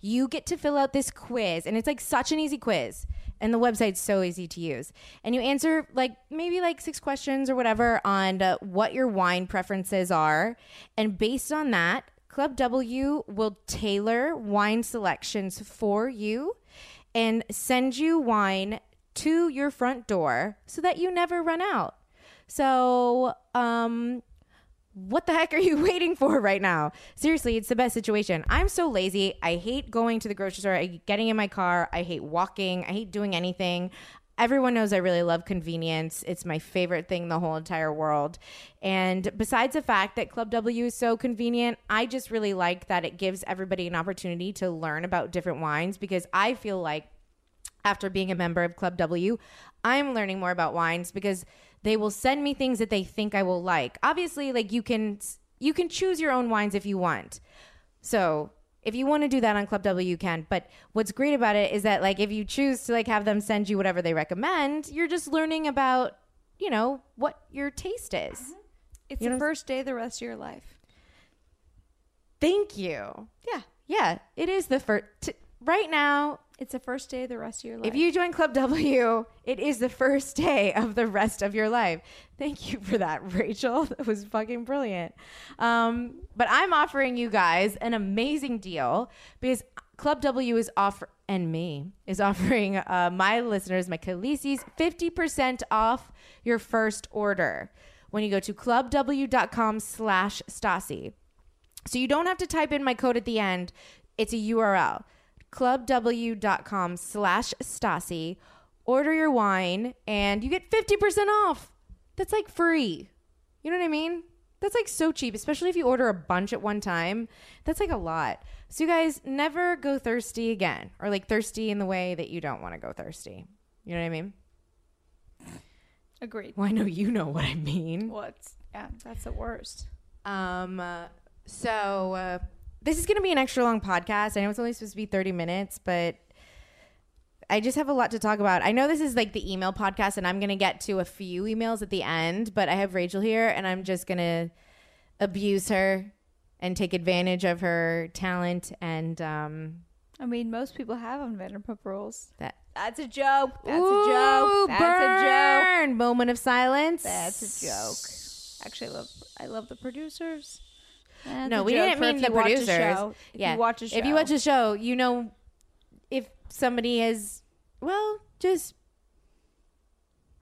Speaker 2: you get to fill out this quiz, and it's like such an easy quiz. And the website's so easy to use. And you answer like maybe like six questions or whatever on uh, what your wine preferences are. And based on that, Club W will tailor wine selections for you and send you wine to your front door so that you never run out. So, um, what the heck are you waiting for right now? Seriously, it's the best situation. I'm so lazy. I hate going to the grocery store, I hate getting in my car, I hate walking, I hate doing anything. Everyone knows I really love convenience. It's my favorite thing in the whole entire world. And besides the fact that Club W is so convenient, I just really like that it gives everybody an opportunity to learn about different wines because I feel like after being a member of Club W, I'm learning more about wines because they will send me things that they think I will like. Obviously, like you can you can choose your own wines if you want. So, if you want to do that on Club W, you can. But what's great about it is that like if you choose to like have them send you whatever they recommend, you're just learning about, you know, what your taste is.
Speaker 3: It's
Speaker 2: You
Speaker 3: the
Speaker 2: know-
Speaker 3: first day of the rest of your life.
Speaker 2: Thank you.
Speaker 3: Yeah.
Speaker 2: Yeah, it is the first t- right now
Speaker 3: It's the first day of the rest of your life.
Speaker 2: If you join Club W, it is the first day of the rest of your life. Thank you for that, Rachel. That was fucking brilliant. Um, but I'm offering you guys an amazing deal because Club W is offer and me is offering uh, my listeners, my Khaleesi's, 50% off your first order when you go to clubw.com slash Stasi. So you don't have to type in my code at the end. It's a URL. Clubw.com slash Stasi. Order your wine and you get 50% off. That's like free. You know what I mean? That's like so cheap, especially if you order a bunch at one time. That's like a lot. So you guys never go thirsty again or like thirsty in the way that you don't want to go thirsty. You know what I mean?
Speaker 3: agreed.
Speaker 2: Well, I know you know what I mean.
Speaker 3: What's yeah, that's the worst.
Speaker 2: Um, uh, so uh, this is going to be an extra long podcast. I know it's only supposed to be 30 minutes, but I just have a lot to talk about. I know this is like the email podcast, and I'm going to get to a few emails at the end, but I have Rachel here, and I'm just going to abuse her and take advantage of her talent and um
Speaker 3: I mean, most people have on Vanderpump Rules.
Speaker 2: that
Speaker 3: That's a joke. That's a
Speaker 2: Ooh,
Speaker 3: joke. That's a joke.
Speaker 2: burn! moment of silence
Speaker 3: That's a joke. Actually, I love I love the producers. That's
Speaker 2: no,
Speaker 3: a
Speaker 2: we
Speaker 3: joke
Speaker 2: didn't
Speaker 3: for if
Speaker 2: mean the
Speaker 3: you watch a
Speaker 2: producers.
Speaker 3: show. If
Speaker 2: yeah,
Speaker 3: you watch a show,
Speaker 2: if you watch a show, you know if somebody is well just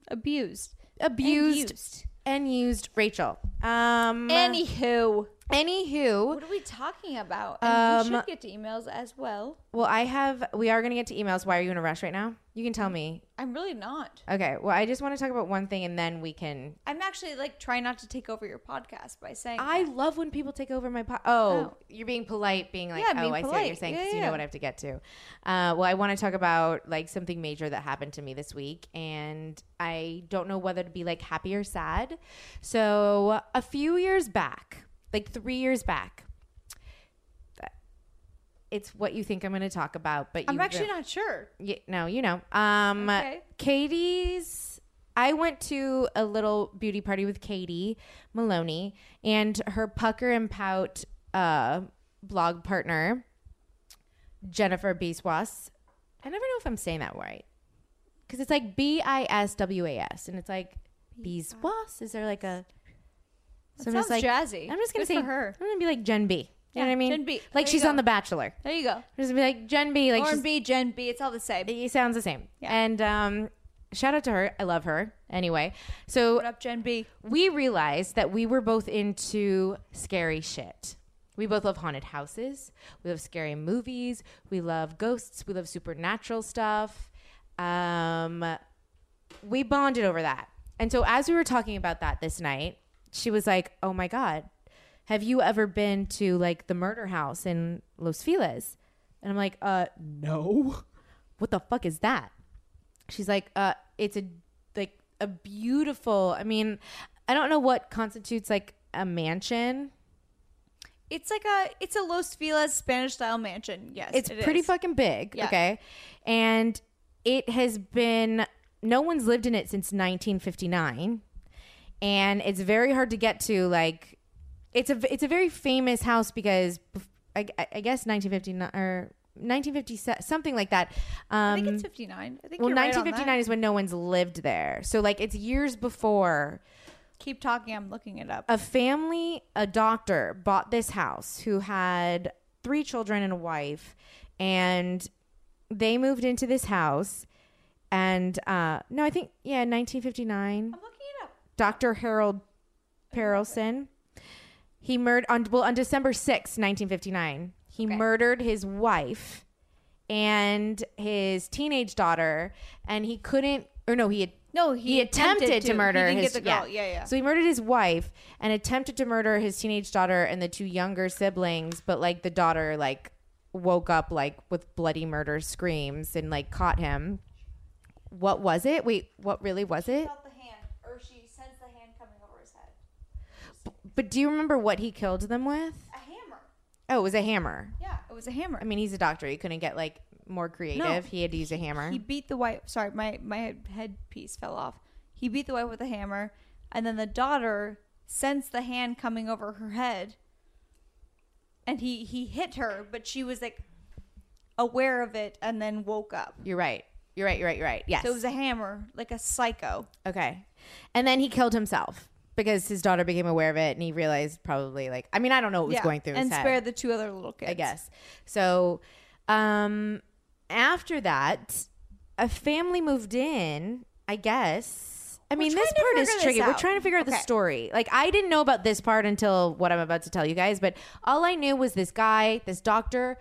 Speaker 3: abused,
Speaker 2: abused
Speaker 3: Abused.
Speaker 2: and used Rachel. Um,
Speaker 3: Anywho,
Speaker 2: anywho,
Speaker 3: what are we talking about? And we
Speaker 2: Um,
Speaker 3: should get to emails as well.
Speaker 2: well, I have. We are gonna get to emails. Why are you in a rush right now? You can tell me.
Speaker 3: I'm really not.
Speaker 2: Okay. Well, I just want to talk about one thing, and then we can.
Speaker 3: I'm actually like trying not to take over your podcast by saying
Speaker 2: I
Speaker 3: that.
Speaker 2: love when people take over my po- oh,
Speaker 3: Oh.
Speaker 2: you're being polite, being like,
Speaker 3: Yeah,
Speaker 2: oh,
Speaker 3: being
Speaker 2: I see what you're
Speaker 3: polite.
Speaker 2: saying
Speaker 3: Yeah,
Speaker 2: because you
Speaker 3: yeah.
Speaker 2: know what I have to get to. Uh, well, I want to talk about like something major that happened to me this week, and I don't know whether to be like happy or sad. So a few years back, like three years back, it's what you think I'm going to talk about, but
Speaker 3: I'm
Speaker 2: you
Speaker 3: actually
Speaker 2: don't-
Speaker 3: not sure.
Speaker 2: Y- no, you know. Um,
Speaker 3: Okay.
Speaker 2: Katie's. I went to a little beauty party with Katie Maloney and her Pucker and Pout uh, blog partner, Jennifer Biswas. I never know if I'm saying that right because it's like B I S W A S, and it's like Biswas. Is there like a?
Speaker 3: That
Speaker 2: I'm just
Speaker 3: sounds jazzy.
Speaker 2: I'm just gonna
Speaker 3: Good
Speaker 2: say
Speaker 3: for her.
Speaker 2: I'm gonna be like Gen B. You
Speaker 3: Yeah,
Speaker 2: know what I mean?
Speaker 3: Gen B.
Speaker 2: Like
Speaker 3: There you
Speaker 2: she's
Speaker 3: go.
Speaker 2: on The Bachelor.
Speaker 3: There you go.
Speaker 2: I'm just gonna be like Gen B. Like she's
Speaker 3: Lauren B, Gen B, it's all the same.
Speaker 2: it sounds the same.
Speaker 3: Yeah.
Speaker 2: And um, shout out to her. I love her. Anyway, so
Speaker 3: What up, Gen B?
Speaker 2: we realized that we were both into scary shit. We both love haunted houses. We love scary movies. We love ghosts. We love supernatural stuff. Um, we bonded over that. And so as we were talking about that this night, she was like, "Oh my god, have you ever been to like the murder house in Los Feliz?" And I'm like, "Uh, no. What the fuck is that?" She's like, "Uh, it's a like a beautiful. I mean, I don't know what constitutes like a mansion.
Speaker 3: It's like a it's a Los Feliz Spanish style mansion. Yes,
Speaker 2: It's
Speaker 3: it
Speaker 2: pretty
Speaker 3: is.
Speaker 2: fucking big,
Speaker 3: Yeah.
Speaker 2: okay? And it has been no one's lived in it since 1959, and it's very hard to get to. Like, it's a it's a very famous house because bef- I, I- I guess 1959 or 1957 something like that. Um,
Speaker 3: I think it's fifty nine. I think
Speaker 2: well,
Speaker 3: you're right on that.
Speaker 2: 1959 is when no one's lived there, so like it's years before
Speaker 3: Keep talking. I'm looking it up.
Speaker 2: a family, a doctor bought this house who had three children and a wife, and they moved into this house. And uh, no, I think yeah, 1959.
Speaker 3: I'm looking it up.
Speaker 2: Dr. Harold Perelson. He murdered on well on December 6, 1959. He murdered his wife and his teenage daughter and he couldn't or no, he had
Speaker 3: No, he
Speaker 2: attempted,
Speaker 3: attempted
Speaker 2: to
Speaker 3: to.
Speaker 2: murder
Speaker 3: He didn't
Speaker 2: his
Speaker 3: get the girl. Yeah, yeah.
Speaker 2: So he murdered his wife and attempted to murder his teenage daughter and the two younger siblings, but like the daughter like woke up like with bloody murder screams and like caught him. What was it? Wait, what really was it?
Speaker 3: the hand, or she sends the hand coming over his head.
Speaker 2: But do you remember what he killed them with?
Speaker 3: A hammer.
Speaker 2: Oh, it was a hammer.
Speaker 3: Yeah, it was a hammer.
Speaker 2: I mean, he's a doctor. He couldn't get like more creative. He had to use a hammer.
Speaker 3: he beat the wife. Sorry, my my headpiece fell off. He beat the wife with a hammer, and then the daughter sensed the hand coming over her head, and he he hit her, but she was like aware of it and then woke up.
Speaker 2: you're right. You're right. You're right. You're right. Yes.
Speaker 3: So it was a hammer, like a psycho.
Speaker 2: okay. And then he killed himself because his daughter became aware of it, and he realized probably like I mean I don't know what was going through his
Speaker 3: and
Speaker 2: head.
Speaker 3: spared the two other little kids.
Speaker 2: I guess. So um after that, a family moved in, I guess. I mean, this
Speaker 3: trying to
Speaker 2: part is
Speaker 3: figure this
Speaker 2: tricky. We're
Speaker 3: out.
Speaker 2: trying to figure out the
Speaker 3: Okay.
Speaker 2: story. Like, I didn't know about this part until what I'm about to tell you guys, but all I knew was this guy, this doctor,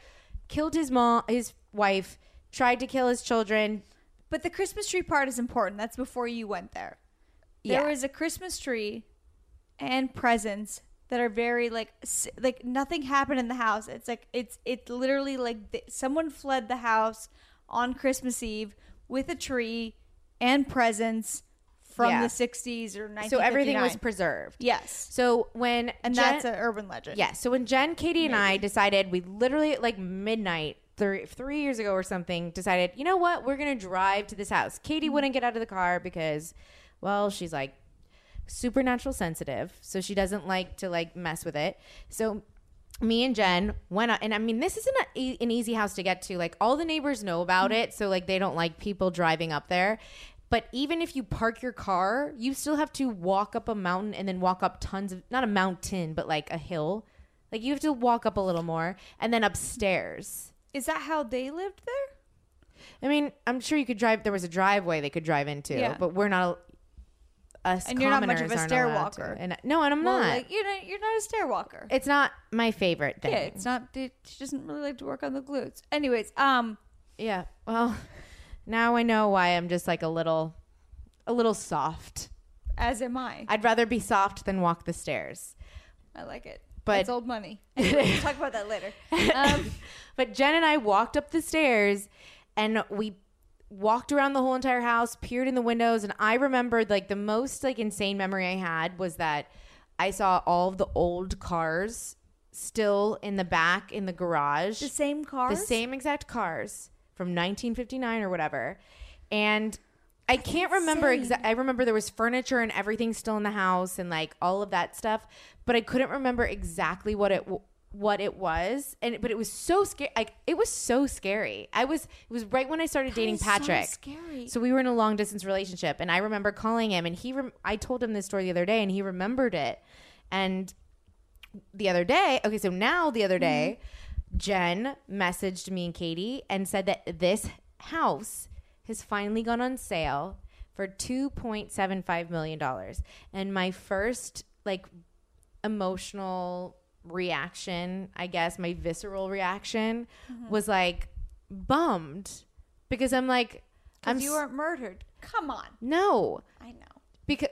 Speaker 2: killed his mom, his wife, tried to kill his children.
Speaker 3: But the Christmas tree part is important. That's before you went there. There
Speaker 2: Yeah.
Speaker 3: was a Christmas tree and presents that are very like s- like nothing happened in the house. It's like it's it's literally like th- someone fled the house on Christmas Eve with a tree and presents from
Speaker 2: Yeah.
Speaker 3: the 60s or 1959.
Speaker 2: So everything was preserved.
Speaker 3: yes.
Speaker 2: So when
Speaker 3: And
Speaker 2: Jen-
Speaker 3: that's an urban legend.
Speaker 2: Yeah. So when Jen, Katie, and I decided, we literally at like midnight three three years ago or something, decided, you know what, we're gonna drive to this house. Katie wouldn't get out of the car because, well, she's like supernatural sensitive, so she doesn't like to like mess with it. So me and Jen went out, and I mean, this isn't a, e- an easy house to get to. Like all the neighbors know about
Speaker 3: Mm-hmm.
Speaker 2: it, so like they don't like people driving up there. But even if you park your car, you still have to walk up a mountain and then walk up tons of not a mountain, but like a hill. Like you have to walk up a little more and then upstairs.
Speaker 3: Is that how they lived there?
Speaker 2: I mean, I'm sure you could drive. There was a driveway they could drive into,
Speaker 3: Yeah.
Speaker 2: but we're not. Us
Speaker 3: And you're not much of
Speaker 2: commoners
Speaker 3: a
Speaker 2: aren't
Speaker 3: stair
Speaker 2: allowed to.
Speaker 3: walker.
Speaker 2: and I- no, and I'm
Speaker 3: Well,
Speaker 2: not.
Speaker 3: like you know, you're not a stair walker.
Speaker 2: it's not my favorite thing.
Speaker 3: Yeah, it's not. She doesn't really like to work on the glutes. Anyways, um,
Speaker 2: Yeah. Well, now I know why I'm just like a little, a little soft.
Speaker 3: as am I.
Speaker 2: I'd rather be soft than walk the stairs.
Speaker 3: I like it.
Speaker 2: But-
Speaker 3: But it's old money. Anyway, we'll talk about that later. Um,
Speaker 2: But Jen and I walked up the stairs and we walked around the whole entire house, peered in the windows, and I remembered like the most like insane memory I had was that I saw all of the old cars still in the back in the garage.
Speaker 3: the same cars.
Speaker 2: The same exact cars from 1959 or whatever. And I can't remember exa- I remember there was furniture and everything still in the house and like all of that stuff, but I couldn't remember exactly what it w- what it was. And but it was so scary. Like it was so scary. I was it was right when I started dating
Speaker 3: is so
Speaker 2: Patrick.
Speaker 3: scary.
Speaker 2: So we were in a long distance relationship and I remember calling him and he rem- I told him this story the other day and he remembered it. And the other day, okay, so now the other day, Jen messaged me and Katie and said that this house has finally gone on sale for $2.75 million. And my first, like, emotional reaction, I guess, my visceral reaction was like bummed because I'm like, I'm
Speaker 3: because you
Speaker 2: s-
Speaker 3: weren't murdered. Come on.
Speaker 2: No,
Speaker 3: I know.
Speaker 2: because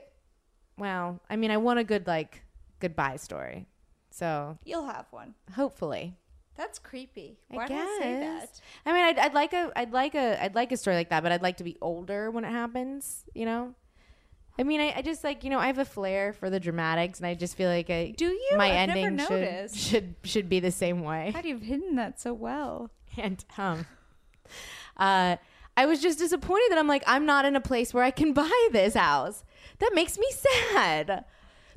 Speaker 2: well, I mean, I want a good like goodbye story. So
Speaker 3: You'll have one.
Speaker 2: hopefully,
Speaker 3: That's creepy.
Speaker 2: I
Speaker 3: Why did
Speaker 2: guess.
Speaker 3: I say that?
Speaker 2: I mean, I'd, I'd like a, I'd like a, I'd like a story like that, but I'd like to be older when it happens. You know. I mean, I, I just like you know I have a flair for the dramatics, and I just feel like I
Speaker 3: Do you?
Speaker 2: My
Speaker 3: I've never
Speaker 2: ending should,
Speaker 3: noticed.
Speaker 2: should should be the same way.
Speaker 3: How do you've hidden that so well?
Speaker 2: and um uh I was just disappointed that I'm like I'm not in a place where I can buy this house. That makes me sad.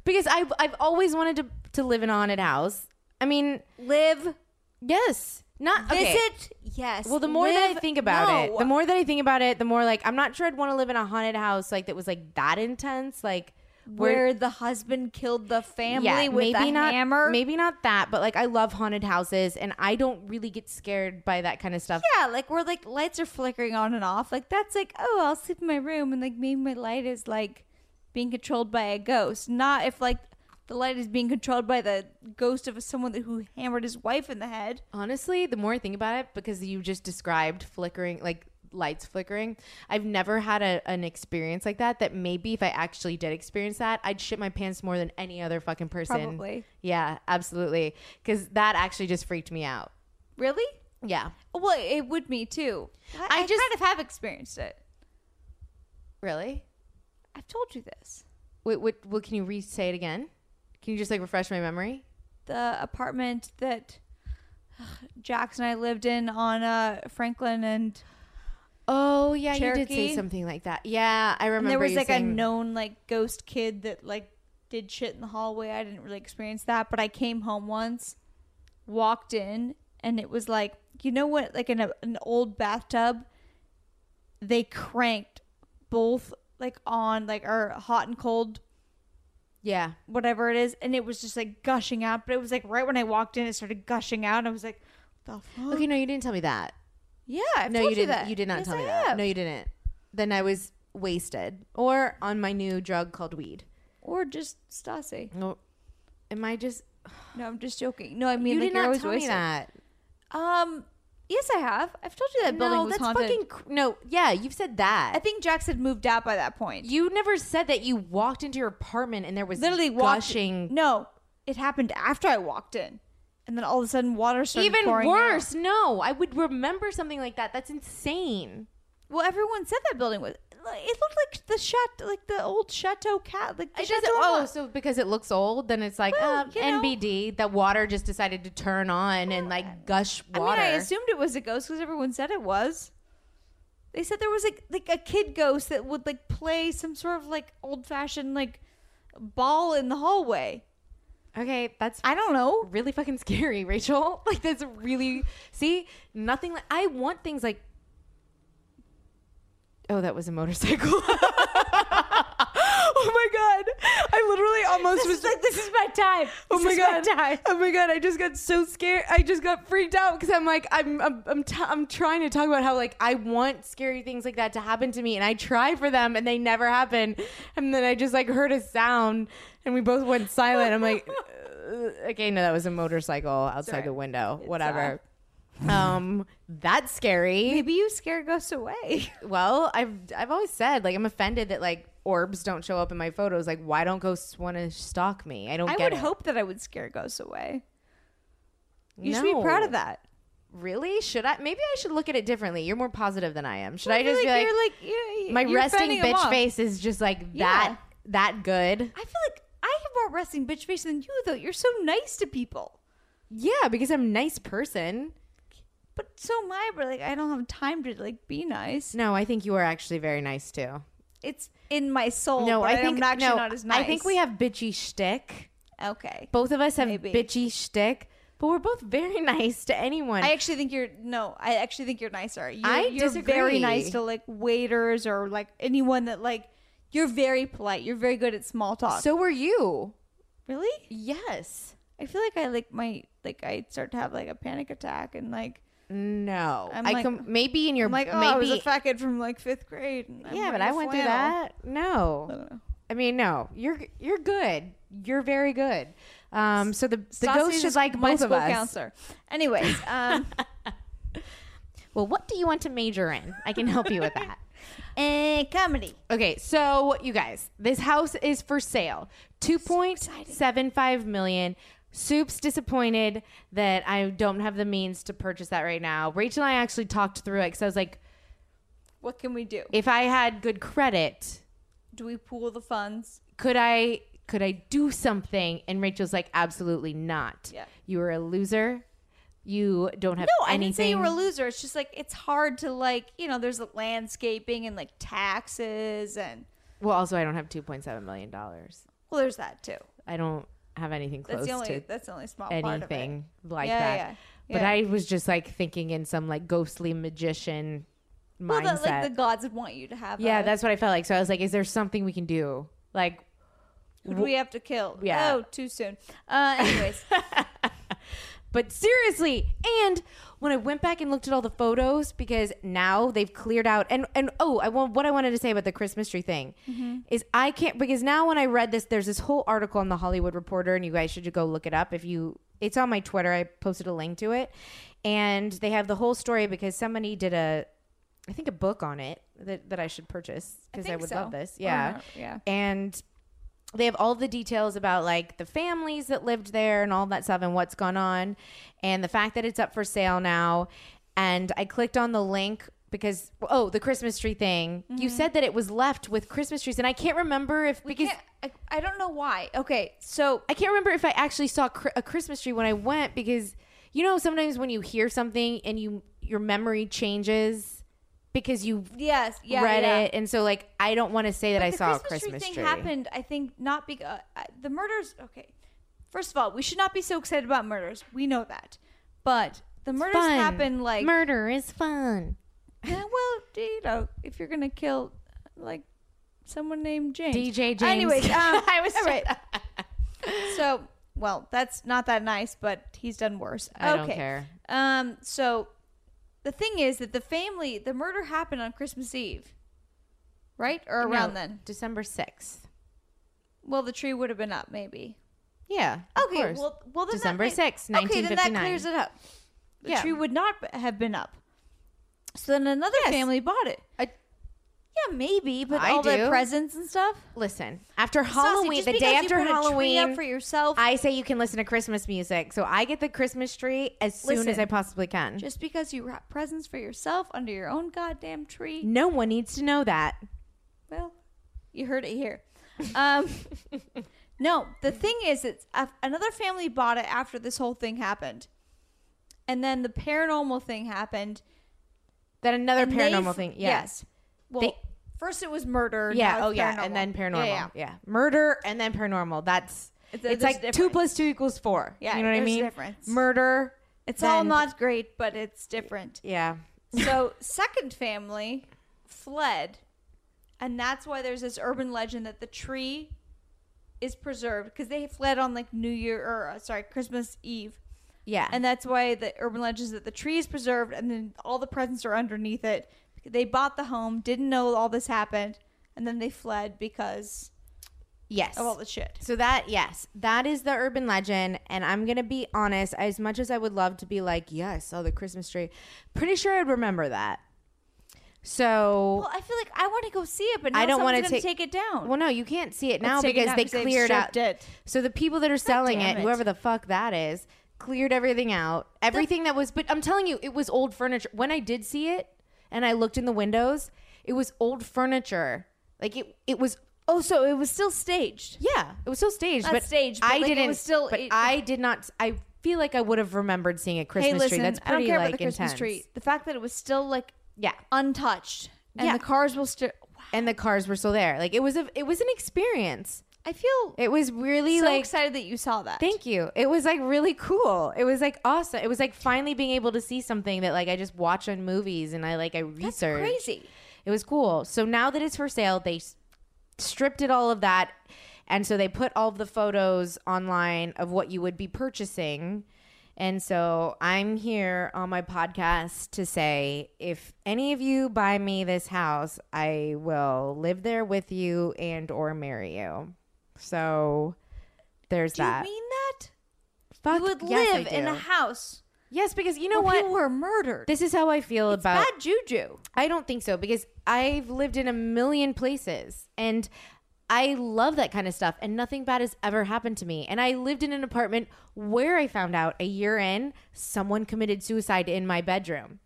Speaker 2: Because I have I've always wanted to to live in a haunted house. I mean,
Speaker 3: Live,
Speaker 2: yes. Not okay.
Speaker 3: visit, yes.
Speaker 2: Well, the more that I
Speaker 3: Live-
Speaker 2: think about it,
Speaker 3: No.
Speaker 2: the more that I think about it, the more like I'm not sure I'd want to live in a haunted house like that was like that intense like
Speaker 3: where the husband killed the family with a
Speaker 2: not,
Speaker 3: hammer.
Speaker 2: Maybe not that, but like I love haunted houses and I don't really get scared by that kind of stuff.
Speaker 3: Yeah, like where like lights are flickering on and off. Like that's like, oh, I'll sleep in my room and like maybe my light is like being controlled by a ghost. Not if like the light is being controlled by the ghost of someone that, who hammered his wife in the head.
Speaker 2: Honestly, the more I think about it, because you just described flickering, like lights flickering, I've never had a, an experience like that. That maybe if I actually did experience that, I'd shit my pants more than any other fucking person.
Speaker 3: Probably.
Speaker 2: Yeah, absolutely. Because that actually just freaked me out.
Speaker 3: Really?
Speaker 2: Yeah,
Speaker 3: Well, it would me too.
Speaker 2: I
Speaker 3: I, I,
Speaker 2: just-
Speaker 3: kind of have experienced it.
Speaker 2: really.
Speaker 3: I've told you this.
Speaker 2: Wait, what? What? Can you re say it again? Can you just like refresh my memory?
Speaker 3: The apartment that Jax and I lived in on uh, Franklin and,
Speaker 2: Oh yeah, you did say
Speaker 3: Cherokee?
Speaker 2: something like that. Yeah, I remember.
Speaker 3: and there was
Speaker 2: you
Speaker 3: like a
Speaker 2: saying-
Speaker 3: known like ghost kid that like did shit in the hallway. I didn't really experience that, but I came home once, walked in, and it was like you know what, like in a, an old bathtub, they cranked both like on like our hot and cold
Speaker 2: Yeah.
Speaker 3: whatever it is, and it was just like gushing out. But it was like right when I walked in, it started gushing out, and I was like, "What the fuck?"
Speaker 2: Okay, no, you didn't tell me that.
Speaker 3: Yeah, I've
Speaker 2: no,
Speaker 3: told
Speaker 2: you didn't.
Speaker 3: that.
Speaker 2: You did not
Speaker 3: Yes,
Speaker 2: tell me
Speaker 3: I
Speaker 2: that.
Speaker 3: have.
Speaker 2: No, you didn't. Then I was wasted or on my new drug called weed.
Speaker 3: or just Stasi.
Speaker 2: No, am I just?
Speaker 3: No, I'm just joking. No, I mean
Speaker 2: you
Speaker 3: like
Speaker 2: did
Speaker 3: you're
Speaker 2: not
Speaker 3: always
Speaker 2: tell me
Speaker 3: wasted.
Speaker 2: that.
Speaker 3: Um, yes, I have. I've told you that building
Speaker 2: no,
Speaker 3: was
Speaker 2: that's
Speaker 3: haunted.
Speaker 2: fucking cr- no. Yeah, you've said that.
Speaker 3: I think Jax had moved out by that point.
Speaker 2: you never said that you walked into your apartment and there was
Speaker 3: literally walked-
Speaker 2: gushing.
Speaker 3: No, it happened after I walked in, and then all of a sudden water started.
Speaker 2: Even
Speaker 3: pouring out.
Speaker 2: worse, no. I would remember something like that. That's insane.
Speaker 3: Well, everyone said that building was. It looked like the chateau, like the old chateau cat, like the
Speaker 2: It doesn't.
Speaker 3: chateau.
Speaker 2: Oh, so because it looks old, then it's like
Speaker 3: Well,
Speaker 2: uh,
Speaker 3: you know-
Speaker 2: NBD. That water just decided to turn on and like gush water.
Speaker 3: I mean, I assumed it was a ghost because everyone said it was. They said there was like like a kid ghost that would like play some sort of like old fashioned like ball in the hallway.
Speaker 2: okay, that's
Speaker 3: I don't know.
Speaker 2: really fucking scary, Rachel. Like that's really see nothing. Like, I want things like. Oh, that was a motorcycle. oh my god! I literally almost was like, "This is my time." Oh my god! Oh my god! I just got so scared. I just got freaked out because I'm like, I'm, I'm, I'm, t- I'm trying to talk about how like I want scary things like that to happen to me, and I try for them, and they never happen. And then I just like heard a sound, and we both went silent. I'm like, okay, no, that was a motorcycle outside the window.
Speaker 3: uh,
Speaker 2: Whatever. um, that's scary.
Speaker 3: Maybe you scare ghosts away.
Speaker 2: Well, I've I've always said like I'm offended that like orbs don't show up in my photos. Like, why don't ghosts want to stalk me? I don't.
Speaker 3: I
Speaker 2: get
Speaker 3: would
Speaker 2: it.
Speaker 3: hope that I would scare ghosts away. You should be proud
Speaker 2: No.
Speaker 3: of that.
Speaker 2: Really? Should I? Maybe I should look at it differently. You're more positive than I am. Should I
Speaker 3: feel
Speaker 2: just
Speaker 3: like
Speaker 2: be
Speaker 3: you're
Speaker 2: like,
Speaker 3: like you-
Speaker 2: my
Speaker 3: you're
Speaker 2: resting
Speaker 3: fending 'em
Speaker 2: bitch
Speaker 3: off.
Speaker 2: face is just like
Speaker 3: Yeah.
Speaker 2: that that good?
Speaker 3: I feel like I have more resting bitch face than you though. You're so nice to people,
Speaker 2: Yeah, because I'm a nice person.
Speaker 3: but so am I. But like I don't have time to like be nice.
Speaker 2: No, I think you are actually very nice too.
Speaker 3: It's in my soul.
Speaker 2: No,
Speaker 3: but
Speaker 2: I think
Speaker 3: I'm actually
Speaker 2: no,
Speaker 3: not as nice.
Speaker 2: I think we have bitchy shtick.
Speaker 3: okay.
Speaker 2: Both of us have
Speaker 3: Maybe.
Speaker 2: bitchy shtick, but we're both very nice to anyone.
Speaker 3: I actually think you're no. I actually think you're nicer. You're,
Speaker 2: I
Speaker 3: you're very nice
Speaker 2: disagree.
Speaker 3: to like waiters or like anyone that like. You're very polite. You're very good at small talk.
Speaker 2: so were you?
Speaker 3: really,
Speaker 2: Yes.
Speaker 3: I feel like I like my like I start to have like a panic attack and like
Speaker 2: No.
Speaker 3: I'm
Speaker 2: I
Speaker 3: like-
Speaker 2: com- maybe in your
Speaker 3: I'm like oh
Speaker 2: maybe
Speaker 3: I was a fat kid from like fifth grade. And I'm
Speaker 2: Yeah, but
Speaker 3: wearing
Speaker 2: I
Speaker 3: a
Speaker 2: went through
Speaker 3: flannel.
Speaker 2: that. No.
Speaker 3: don't know.
Speaker 2: I mean, no. You're you're good. You're very good. Um so the the
Speaker 3: Stassi
Speaker 2: ghost should
Speaker 3: is
Speaker 2: like
Speaker 3: my
Speaker 2: both of
Speaker 3: school
Speaker 2: us.
Speaker 3: Counselor. Anyways, um,
Speaker 2: Well, what do you want to major in? I can help you with that.
Speaker 3: And eh, comedy.
Speaker 2: Okay, so you guys, this house is for sale. Two point seven five million. Soup's disappointed that I don't have the means to purchase that right now. Rachel and I actually talked through it because I was like,
Speaker 3: What can we do?
Speaker 2: if I had good credit,
Speaker 3: Do we pool the funds?
Speaker 2: could I could I do something? And Rachel's like, absolutely not.
Speaker 3: Yeah.
Speaker 2: You are a loser. You don't have
Speaker 3: No, I
Speaker 2: anything.
Speaker 3: didn't say you were a loser. It's just like it's hard to like you know. There's landscaping and like taxes and
Speaker 2: well, also I don't have two point seven million dollars.
Speaker 3: well, there's that too.
Speaker 2: I don't have anything
Speaker 3: That's
Speaker 2: close
Speaker 3: the only
Speaker 2: to
Speaker 3: that's the only small part of it.
Speaker 2: anything like
Speaker 3: Yeah,
Speaker 2: that.
Speaker 3: yeah,
Speaker 2: But
Speaker 3: yeah.
Speaker 2: I was just like thinking in some like ghostly magician
Speaker 3: Well,
Speaker 2: mindset.
Speaker 3: that, like the gods would want you to have.
Speaker 2: yeah,
Speaker 3: a-
Speaker 2: that's what I felt like. So I was like, is there something we can do? Like,
Speaker 3: who do we have to kill.
Speaker 2: Yeah.
Speaker 3: Oh, too soon. Uh, anyways,
Speaker 2: but seriously, and when I went back and looked at all the photos because now they've cleared out and and oh, I want what I wanted to say about the Christmas tree thing is I can't because now when I read this, there's this whole article in the Hollywood Reporter, and you guys should go look it up if you. It's on my Twitter. I posted a link to it, and they have the whole story because somebody did a, I think a book on it that that I should purchase because I,
Speaker 3: think
Speaker 2: would
Speaker 3: so.
Speaker 2: love this.
Speaker 3: Or
Speaker 2: Yeah,
Speaker 3: not, yeah.
Speaker 2: and they have all the details about like the families that lived there and all that stuff and what's gone on and the fact that it's up for sale now and i clicked on the link because oh the christmas tree thing
Speaker 3: Mm-hmm.
Speaker 2: you said that it was left with christmas trees and i can't remember if because
Speaker 3: Yeah, I, I don't know why. Okay, so
Speaker 2: I can't remember if I actually saw cr- a Christmas tree when I went because you know sometimes when you hear something and you your memory changes because you
Speaker 3: yes, yeah,
Speaker 2: read
Speaker 3: yeah.
Speaker 2: it and so like I don't want to say that I saw a Christmas tree.
Speaker 3: thing happened. I think not because uh, the murders. Okay, first of all, we should not be so excited about murders. We know that, but the murders
Speaker 2: Fun.
Speaker 3: happen like
Speaker 2: murder is fun.
Speaker 3: Eh, well, you know, if you're gonna kill like someone named James,
Speaker 2: DJ James.
Speaker 3: Anyways, um,
Speaker 2: I was
Speaker 3: all right. so, well, that's not that nice, but he's done worse.
Speaker 2: I don't care.
Speaker 3: Um, so the thing is that the family, the murder happened on Christmas Eve, right or around
Speaker 2: No,
Speaker 3: then.
Speaker 2: December sixth.
Speaker 3: Well, the tree would have been up, maybe.
Speaker 2: Yeah. of
Speaker 3: Okay,
Speaker 2: course.
Speaker 3: well, well, then that
Speaker 2: December
Speaker 3: ma-
Speaker 2: sixth,
Speaker 3: Okay,
Speaker 2: nineteen
Speaker 3: then
Speaker 2: fifty
Speaker 3: that clears
Speaker 2: nine.
Speaker 3: it up. The
Speaker 2: Yeah.
Speaker 3: tree would not b- have been up. So then another family bought it.
Speaker 2: I-
Speaker 3: yeah, maybe, but
Speaker 2: I
Speaker 3: all the
Speaker 2: do.
Speaker 3: presents and stuff.
Speaker 2: Listen, after
Speaker 3: Stassi,
Speaker 2: Halloween,
Speaker 3: just
Speaker 2: the day
Speaker 3: because
Speaker 2: after
Speaker 3: you put a tree up
Speaker 2: Halloween,
Speaker 3: for yourself.
Speaker 2: I say you can listen to Christmas music. So I get the Christmas tree as soon as
Speaker 3: Listen,
Speaker 2: I possibly can.
Speaker 3: just because you wrap presents for yourself under your own goddamn tree.
Speaker 2: no one needs to know that.
Speaker 3: Well, you heard it here. Um, no, the thing is, it's a- another family bought it after this whole thing happened, and then the paranormal thing happened.
Speaker 2: That another
Speaker 3: and they
Speaker 2: paranormal
Speaker 3: f-
Speaker 2: thing. Yeah.
Speaker 3: Yes. Well,
Speaker 2: They-
Speaker 3: first it was murder.
Speaker 2: Yeah.
Speaker 3: now
Speaker 2: Oh,
Speaker 3: it's
Speaker 2: yeah. And then paranormal. Yeah, Murder and then paranormal. That's it's,
Speaker 3: It's a- there's
Speaker 2: like
Speaker 3: a
Speaker 2: two
Speaker 3: difference.
Speaker 2: plus two equals four.
Speaker 3: Yeah,
Speaker 2: You know what I
Speaker 3: there's a
Speaker 2: mean?
Speaker 3: difference.
Speaker 2: Murder.
Speaker 3: It's all
Speaker 2: then-
Speaker 3: not great, but it's different.
Speaker 2: Yeah.
Speaker 3: So, second family fled, and that's why there's this urban legend that the tree is preserved because they fled on like New Year or uh, sorry Christmas Eve,
Speaker 2: Yeah.
Speaker 3: and that's why the urban legend is that the tree is preserved, and then all the presents are underneath it. They bought the home, didn't know all this happened, and then they fled because
Speaker 2: yes.
Speaker 3: of all the shit.
Speaker 2: So that yes, that is the urban legend, and I'm gonna be honest. As much as I would love to be like, yeah, I saw the Christmas tree, pretty sure I'd remember that. So
Speaker 3: Well, I feel like I want to go see it, but now
Speaker 2: I don't
Speaker 3: want
Speaker 2: wanna
Speaker 3: to
Speaker 2: take-
Speaker 3: take it down.
Speaker 2: well, no, you can't see it now
Speaker 3: take it
Speaker 2: because
Speaker 3: down
Speaker 2: they
Speaker 3: 'cause they've
Speaker 2: cleared out.
Speaker 3: stripped it.
Speaker 2: So the people that are selling
Speaker 3: damn
Speaker 2: it,
Speaker 3: it.
Speaker 2: whoever the fuck that is, cleared everything out. Everything that was, but I'm telling you, it was old furniture. When I did see it, and I looked in the windows, it was old furniture. Like it, it was.
Speaker 3: oh, so it was still staged.
Speaker 2: Yeah, it was still staged,
Speaker 3: Not
Speaker 2: but
Speaker 3: staged, but,
Speaker 2: I
Speaker 3: like, it
Speaker 2: didn't.
Speaker 3: was still-
Speaker 2: but
Speaker 3: it-
Speaker 2: I did not. I feel like I would have remembered seeing a Christmas
Speaker 3: Hey, listen,
Speaker 2: tree. That's
Speaker 3: I don't
Speaker 2: pretty
Speaker 3: care
Speaker 2: like
Speaker 3: about the
Speaker 2: intense.
Speaker 3: Christmas tree. The fact that it was still like
Speaker 2: Yeah,
Speaker 3: untouched and
Speaker 2: Yeah.
Speaker 3: the cars will still.
Speaker 2: and the cars were still there. Like it was a, it was an experience.
Speaker 3: I feel
Speaker 2: It was really
Speaker 3: so
Speaker 2: like.
Speaker 3: excited that you saw that.
Speaker 2: Thank you. It was like really cool. It was like awesome. It was like finally being able to see something that like I just watch on movies and I like I research.
Speaker 3: That's crazy.
Speaker 2: It was cool. So now that it's for sale, they s- stripped it all of that. And so they put all of the photos online of what you would be purchasing. And so I'm here on my podcast to say if any of you buy me this house, I will live there with you and or marry you. So there's
Speaker 3: Do you
Speaker 2: that.
Speaker 3: mean that?
Speaker 2: Fuck
Speaker 3: You would
Speaker 2: yes, I
Speaker 3: live in
Speaker 2: do.
Speaker 3: a house
Speaker 2: Yes, because you know
Speaker 3: Where
Speaker 2: what?
Speaker 3: People were murdered.
Speaker 2: This is how I feel about
Speaker 3: bad juju.
Speaker 2: I don't think so because I've lived in a million places and I love that kind of stuff and nothing bad has ever happened to me. And I lived in an apartment where I found out a year in someone committed suicide in my bedroom.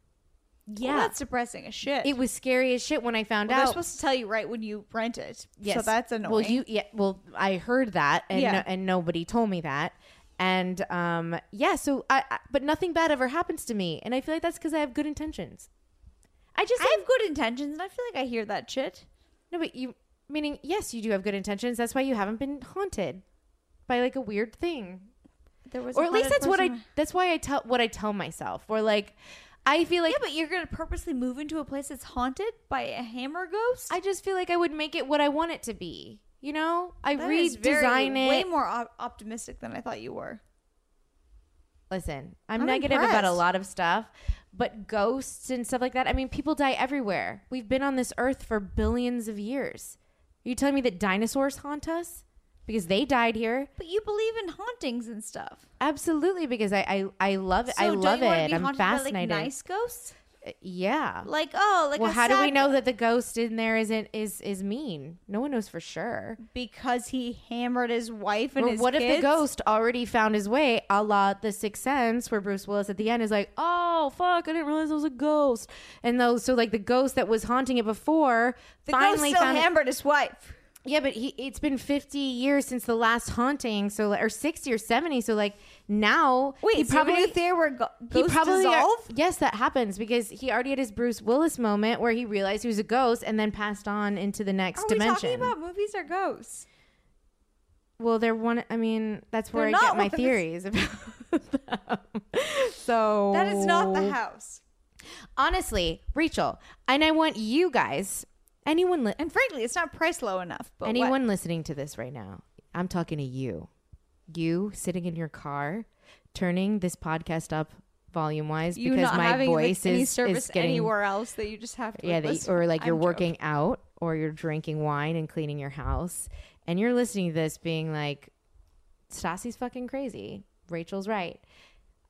Speaker 3: Yeah, that's depressing as shit.
Speaker 2: It was scary as shit when I found
Speaker 3: Well, they're
Speaker 2: out.
Speaker 3: supposed to tell you right when you rent it.
Speaker 2: Yes.
Speaker 3: So that's annoying.
Speaker 2: Well, you yeah. Well, I heard that, and
Speaker 3: Yeah.
Speaker 2: no- and nobody told me that, and um, yeah. So I, I, but nothing bad ever happens to me, and I feel like that's because I have good intentions. I just
Speaker 3: I have good intentions, and I feel like I hear that shit.
Speaker 2: no, but you meaning yes, you do have good intentions. That's why you haven't been haunted by like a weird thing,
Speaker 3: There was,
Speaker 2: or
Speaker 3: a
Speaker 2: at least
Speaker 3: haunted
Speaker 2: that's what I.
Speaker 3: person-
Speaker 2: That's why I tell what I tell myself. Or like, I feel like
Speaker 3: Yeah, but you're gonna purposely move into a place that's haunted by a hammer ghost.
Speaker 2: I just feel like I would make it what I want it to be. You know, I
Speaker 3: That is very-
Speaker 2: redesign it.
Speaker 3: Way more op- optimistic than I thought you were.
Speaker 2: Listen, I'm,
Speaker 3: I'm
Speaker 2: negative about a
Speaker 3: impressed.
Speaker 2: lot of stuff, but ghosts and stuff like that. I mean, people die everywhere. We've been on this earth for billions of years. Are you telling me that dinosaurs haunt us? Because they died here.
Speaker 3: But you believe in hauntings and stuff.
Speaker 2: Absolutely, because I I, I love it.
Speaker 3: So
Speaker 2: I
Speaker 3: don't
Speaker 2: love
Speaker 3: you wanna
Speaker 2: it.
Speaker 3: Be
Speaker 2: I'm
Speaker 3: haunted by,
Speaker 2: fascinated.
Speaker 3: Like nice ghosts,
Speaker 2: Uh, Yeah.
Speaker 3: like oh, like
Speaker 2: well,
Speaker 3: a
Speaker 2: how do we
Speaker 3: sad-
Speaker 2: know that the ghost in there isn't is is mean? No one knows for sure.
Speaker 3: Because he hammered his wife and
Speaker 2: Or
Speaker 3: his
Speaker 2: what if the
Speaker 3: kids?
Speaker 2: ghost already found his way, a la The Sixth Sense, where Bruce Willis at the end is like, "Oh fuck, I didn't realize it was a ghost," and those so like the ghost that was haunting it before
Speaker 3: The
Speaker 2: finally
Speaker 3: ghost still
Speaker 2: found. it-
Speaker 3: hammered his wife.
Speaker 2: yeah, but he, it's been fifty years since the last haunting, so like- or sixty or seventy, so like now
Speaker 3: Wait,
Speaker 2: he
Speaker 3: so you knew there were go- ghosts dissolve?
Speaker 2: yes, that happens because he already had his Bruce Willis moment where he realized he was a ghost and then passed on into the next
Speaker 3: Are
Speaker 2: dimension.
Speaker 3: we talking about movies or ghosts?
Speaker 2: Well, they're one. I mean, that's where
Speaker 3: They're
Speaker 2: I get
Speaker 3: not
Speaker 2: my
Speaker 3: ones.
Speaker 2: theories about them. So
Speaker 3: That is not the house.
Speaker 2: Honestly, Rachel, and I want you guys, anyone, li-
Speaker 3: And frankly, it's not priced low enough. But
Speaker 2: anyone
Speaker 3: what?
Speaker 2: listening to this right now, I'm talking to you. You sitting in your car, turning this podcast up volume wise
Speaker 3: you
Speaker 2: because
Speaker 3: not
Speaker 2: my
Speaker 3: having like,
Speaker 2: voice
Speaker 3: any
Speaker 2: is,
Speaker 3: service
Speaker 2: is getting
Speaker 3: anywhere else that you just have to.
Speaker 2: yeah,
Speaker 3: like,
Speaker 2: that,
Speaker 3: listen-
Speaker 2: or like you're
Speaker 3: I'm
Speaker 2: working out or you're drinking wine and cleaning your house and you're listening to this being like Stassi's fucking crazy. Rachel's right.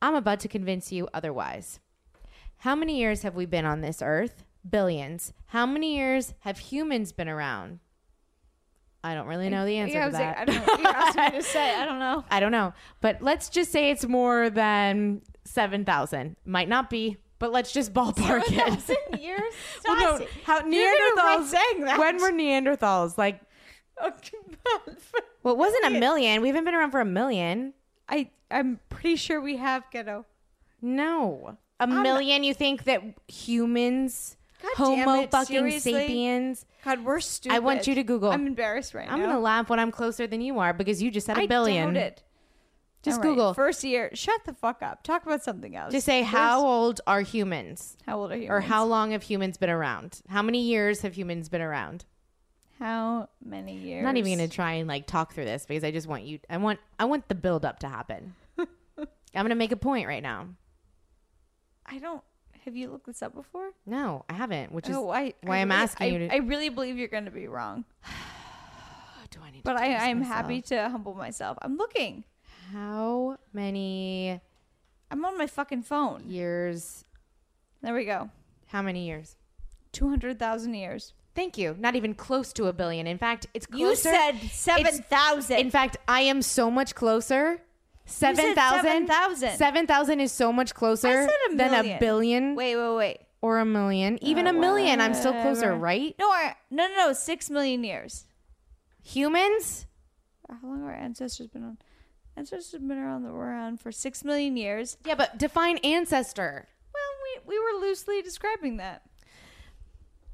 Speaker 2: I'm about to convince you otherwise. How many years have we been on this earth? Billions. How many years have humans been around? I don't really know the
Speaker 3: joking.
Speaker 2: answer
Speaker 3: Yeah, I
Speaker 2: to
Speaker 3: was like,
Speaker 2: that.
Speaker 3: I don't know. You asked me to say. I don't know.
Speaker 2: I don't know. But let's just say it's more than 7,000. Might not be, but let's just ballpark it.
Speaker 3: years.
Speaker 2: Well, no, how
Speaker 3: You're gonna regret
Speaker 2: Neanderthals.
Speaker 3: saying that.
Speaker 2: When were Neanderthals? Like, well, it wasn't a million. We haven't been around for a million.
Speaker 3: I I'm pretty sure we have ghetto.
Speaker 2: No, a million. You think that humans,
Speaker 3: God damn
Speaker 2: Homo
Speaker 3: it,
Speaker 2: fucking
Speaker 3: seriously?
Speaker 2: sapiens?
Speaker 3: God, we're stupid.
Speaker 2: I want you to Google.
Speaker 3: I'm embarrassed right
Speaker 2: I'm
Speaker 3: now.
Speaker 2: gonna laugh when I'm closer than you are because you just said a
Speaker 3: I
Speaker 2: billion.
Speaker 3: doubt it.
Speaker 2: Just
Speaker 3: All right,
Speaker 2: Google.
Speaker 3: first year. Shut the fuck up. Talk about something else.
Speaker 2: Just say
Speaker 3: Where's-
Speaker 2: how old are humans,
Speaker 3: how old are you?
Speaker 2: or how long have humans been around? How many years have humans been around?
Speaker 3: how many years?
Speaker 2: I'm not even gonna try and like talk through this because I just want you. I want. I want the build up to happen. I'm gonna make a point right now.
Speaker 3: I don't. Have you looked this up before?
Speaker 2: No, I haven't. Which is
Speaker 3: oh, I,
Speaker 2: why
Speaker 3: I
Speaker 2: I'm
Speaker 3: really-
Speaker 2: asking
Speaker 3: I,
Speaker 2: you. To, Oh,
Speaker 3: I really believe you're going to be wrong,
Speaker 2: do I need
Speaker 3: but
Speaker 2: to do this
Speaker 3: I, I'm
Speaker 2: myself?
Speaker 3: happy to humble myself. I'm looking.
Speaker 2: How many
Speaker 3: I'm on my fucking phone.
Speaker 2: years?
Speaker 3: There we go.
Speaker 2: How many years?
Speaker 3: Two hundred thousand years.
Speaker 2: Thank you. Not even close to a billion. In fact, it's closer.
Speaker 3: You said
Speaker 2: It's-
Speaker 3: seven thousand.
Speaker 2: In fact, I am so much closer.
Speaker 3: said
Speaker 2: 7,000
Speaker 3: 7,000.
Speaker 2: 7,000 is so much closer
Speaker 3: I said a
Speaker 2: than a
Speaker 3: million.
Speaker 2: billion
Speaker 3: Wait, Oh, wait, wait.
Speaker 2: or a million. Even a million, I'm still closer, right?
Speaker 3: No, I, no, no, no. Six million years. Uh,
Speaker 2: Humans?
Speaker 3: How long have our ancestors been on? Ancestors have been around the around for six million years.
Speaker 2: Yeah, but define ancestor.
Speaker 3: Well, we, we were loosely describing that.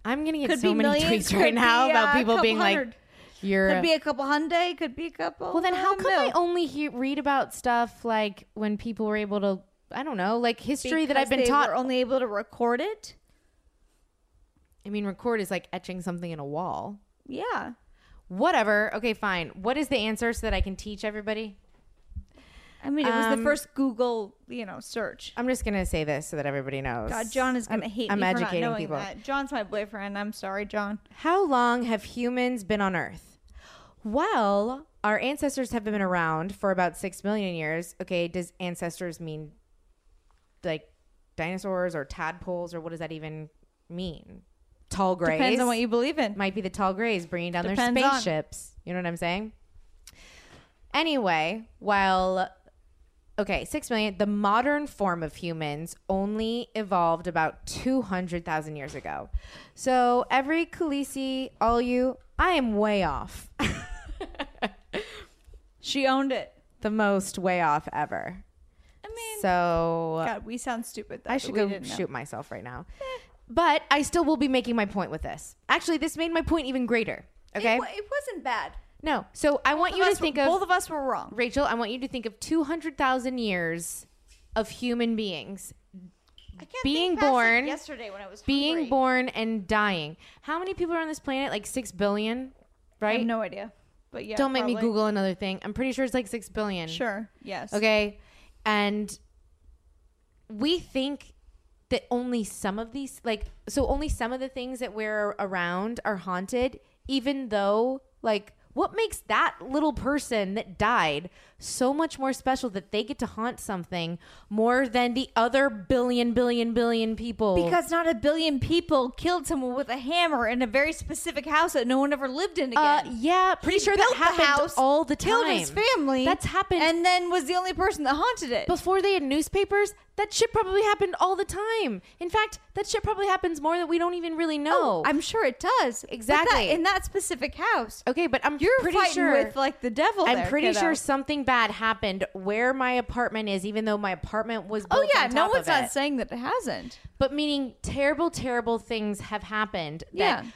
Speaker 2: I'm going to get
Speaker 3: Could
Speaker 2: so
Speaker 3: be
Speaker 2: many
Speaker 3: millions,
Speaker 2: tweets right
Speaker 3: could
Speaker 2: now
Speaker 3: be,
Speaker 2: about
Speaker 3: uh,
Speaker 2: people
Speaker 3: couple
Speaker 2: being like,
Speaker 3: hundred.
Speaker 2: you're.
Speaker 3: Could be a couple Hyundai. Could be a couple.
Speaker 2: Well, then how
Speaker 3: uh,
Speaker 2: come I
Speaker 3: milk.
Speaker 2: only he- read about stuff like when people were able to, I don't know, like history that I've
Speaker 3: Because
Speaker 2: been
Speaker 3: they
Speaker 2: taught?
Speaker 3: Were only able to record it.
Speaker 2: I mean, record is like etching something in a wall.
Speaker 3: Yeah.
Speaker 2: Whatever. Okay, fine. What is the answer so that I can teach everybody?
Speaker 3: I mean, it was
Speaker 2: Um,
Speaker 3: the first Google, you know, search.
Speaker 2: I'm just gonna say this so that everybody knows.
Speaker 3: God, John is gonna
Speaker 2: I'm,
Speaker 3: hate
Speaker 2: I'm
Speaker 3: me
Speaker 2: educating
Speaker 3: for not knowing
Speaker 2: people.
Speaker 3: that. John's my boyfriend. I'm sorry, John.
Speaker 2: How long have humans been on Earth? Well, our ancestors have been around for about six million years. Okay, does ancestors mean like dinosaurs or tadpoles or what does that even mean? Tall grays
Speaker 3: Depends on what you believe in.
Speaker 2: might be the tall grays bringing down
Speaker 3: Depends
Speaker 2: their
Speaker 3: on.
Speaker 2: spaceships. You know what I'm saying? Anyway, while okay, six million, the modern form of humans only evolved about two hundred thousand years ago. So every Khaleesi, all you, I am way off,
Speaker 3: She owned it.
Speaker 2: the most way off ever.
Speaker 3: I mean,
Speaker 2: So
Speaker 3: God, we sound stupid. Though,
Speaker 2: I
Speaker 3: that
Speaker 2: should
Speaker 3: we
Speaker 2: go
Speaker 3: didn't know.
Speaker 2: shoot myself right now. But I still will be making my point with this. Actually, this made my point even greater. Okay.
Speaker 3: It, wa- it wasn't bad.
Speaker 2: no. So I want you to
Speaker 3: Us-
Speaker 2: think of
Speaker 3: both of us were wrong.
Speaker 2: Rachel, I want you to think of 200,000 years of human beings
Speaker 3: I can't
Speaker 2: being
Speaker 3: think past, like,
Speaker 2: born-
Speaker 3: yesterday when I was
Speaker 2: being
Speaker 3: hungry.
Speaker 2: born and dying. How many people are on this planet? Like 6 billion,
Speaker 3: I
Speaker 2: right?
Speaker 3: have no idea. But yeah,
Speaker 2: Don't make me
Speaker 3: probably.
Speaker 2: Google another thing. I'm pretty sure it's like 6 billion.
Speaker 3: Sure. Yes.
Speaker 2: Okay. And we think that only some of these, like, so only some of the things that we're around are haunted, even though, like, what makes that little person that died so much more special that they get to haunt something more than the other billion, billion, billion people?
Speaker 3: Because not a billion people killed someone with a hammer in a very specific house that no one ever lived in again.
Speaker 2: Uh, yeah, pretty
Speaker 3: He
Speaker 2: sure that
Speaker 3: built the
Speaker 2: happened
Speaker 3: house,
Speaker 2: all the time.
Speaker 3: killed his family.
Speaker 2: That's happened
Speaker 3: and then was the only person that haunted it.
Speaker 2: before they had newspapers, that shit probably happened all the time. In fact, that shit probably happens more that we don't even really know.
Speaker 3: Oh, I'm sure it does. But that-
Speaker 2: Exactly.
Speaker 3: in that specific house.
Speaker 2: okay, but I'm
Speaker 3: You're
Speaker 2: pretty
Speaker 3: fighting
Speaker 2: sure
Speaker 3: with like the devil.
Speaker 2: I'm
Speaker 3: there,
Speaker 2: pretty
Speaker 3: kiddo.
Speaker 2: sure something bad happened where my apartment is, even though my apartment was.
Speaker 3: Oh
Speaker 2: built
Speaker 3: yeah,
Speaker 2: on
Speaker 3: no
Speaker 2: top
Speaker 3: one's
Speaker 2: of
Speaker 3: not
Speaker 2: it.
Speaker 3: saying that it hasn't.
Speaker 2: But meaning terrible, terrible things have happened.
Speaker 3: Yeah.
Speaker 2: That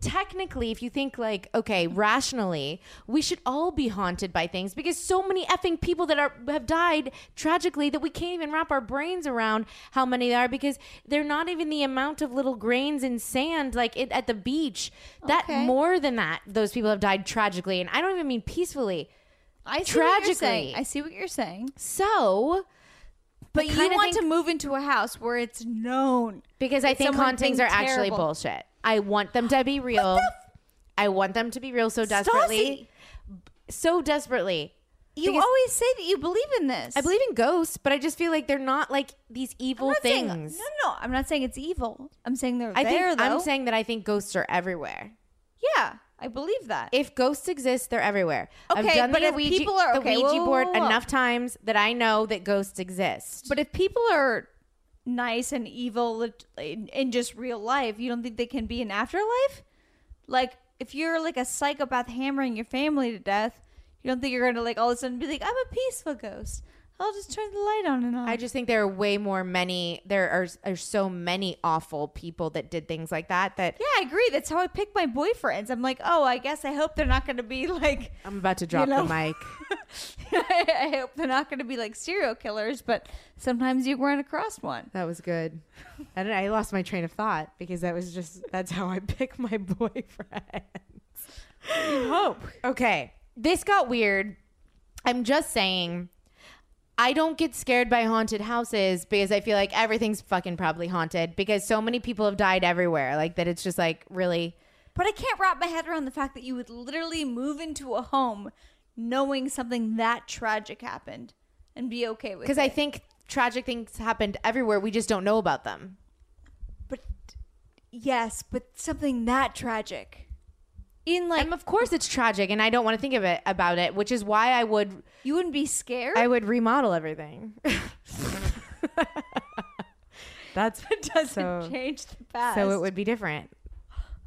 Speaker 2: technically, if you think like, okay, rationally, we should all be haunted by things because so many effing people that are have died tragically that we can't even wrap our brains around how many there are because they're not even the amount of little grains in sand like it, at the beach. That
Speaker 3: Okay.
Speaker 2: more than that, those people have died tragically, and I don't even mean peacefully.
Speaker 3: I see what you're saying.
Speaker 2: Tragically.
Speaker 3: I see what you're saying.
Speaker 2: So,
Speaker 3: But you
Speaker 2: kinda
Speaker 3: want
Speaker 2: think-
Speaker 3: to move into a house where it's known.
Speaker 2: Because I
Speaker 3: It's
Speaker 2: think
Speaker 3: someone
Speaker 2: hauntings are
Speaker 3: being
Speaker 2: actually
Speaker 3: terrible.
Speaker 2: bullshit. I want them to be real. I want them to be real so desperately. So desperately.
Speaker 3: You
Speaker 2: Because-
Speaker 3: always say that you believe in this.
Speaker 2: I believe in ghosts, but I just feel like they're not like these
Speaker 3: I'm
Speaker 2: evil
Speaker 3: not saying-
Speaker 2: things.
Speaker 3: no, no, I'm not saying it's evil. I'm saying they're
Speaker 2: I
Speaker 3: there
Speaker 2: think
Speaker 3: though.
Speaker 2: I'm saying that I think ghosts are everywhere.
Speaker 3: yeah, I believe that.
Speaker 2: If ghosts exist, they're everywhere. I've
Speaker 3: Okay,
Speaker 2: done
Speaker 3: but
Speaker 2: the
Speaker 3: if
Speaker 2: Ouija,
Speaker 3: people are-
Speaker 2: the
Speaker 3: okay,
Speaker 2: Ouija
Speaker 3: whoa, whoa,
Speaker 2: board
Speaker 3: whoa, whoa.
Speaker 2: enough times that I know that ghosts exist.
Speaker 3: but if people are nice and evil lit- in, in just real life, you don't think they can be in afterlife? Like if you're like a psychopath hammering your family to death, you don't think you're going to like all of a sudden be like, "I'm a peaceful ghost. I'll just turn the light on and off."
Speaker 2: I just think there are way more many. There are, are so many awful people that did things like that. That
Speaker 3: yeah, I agree. That's how I pick my boyfriends. I'm like, oh, I guess I hope they're not going to be like
Speaker 2: I'm about to drop
Speaker 3: know?
Speaker 2: the mic.
Speaker 3: I hope they're not going to be like serial killers, but sometimes you run across one.
Speaker 2: That was good. I, don't, I lost my train of thought because that was just that's how I pick my boyfriend.
Speaker 3: Hope.
Speaker 2: Okay, this got weird. I'm just saying, I don't get scared by haunted houses because I feel like everything's fucking probably haunted because so many people have died everywhere. Like that, it's just like really.
Speaker 3: But I can't wrap my head around the fact that you would literally move into a home knowing something that tragic happened and be okay with it.
Speaker 2: Because I think tragic things happened everywhere. We just don't know about them.
Speaker 3: But yes, but something that tragic. In like,
Speaker 2: And of course, it's tragic, and I don't want to think of it about it, which is why I would
Speaker 3: you wouldn't be scared.
Speaker 2: I would remodel everything. That's
Speaker 3: doesn't
Speaker 2: so-
Speaker 3: change the past.
Speaker 2: so it would be different.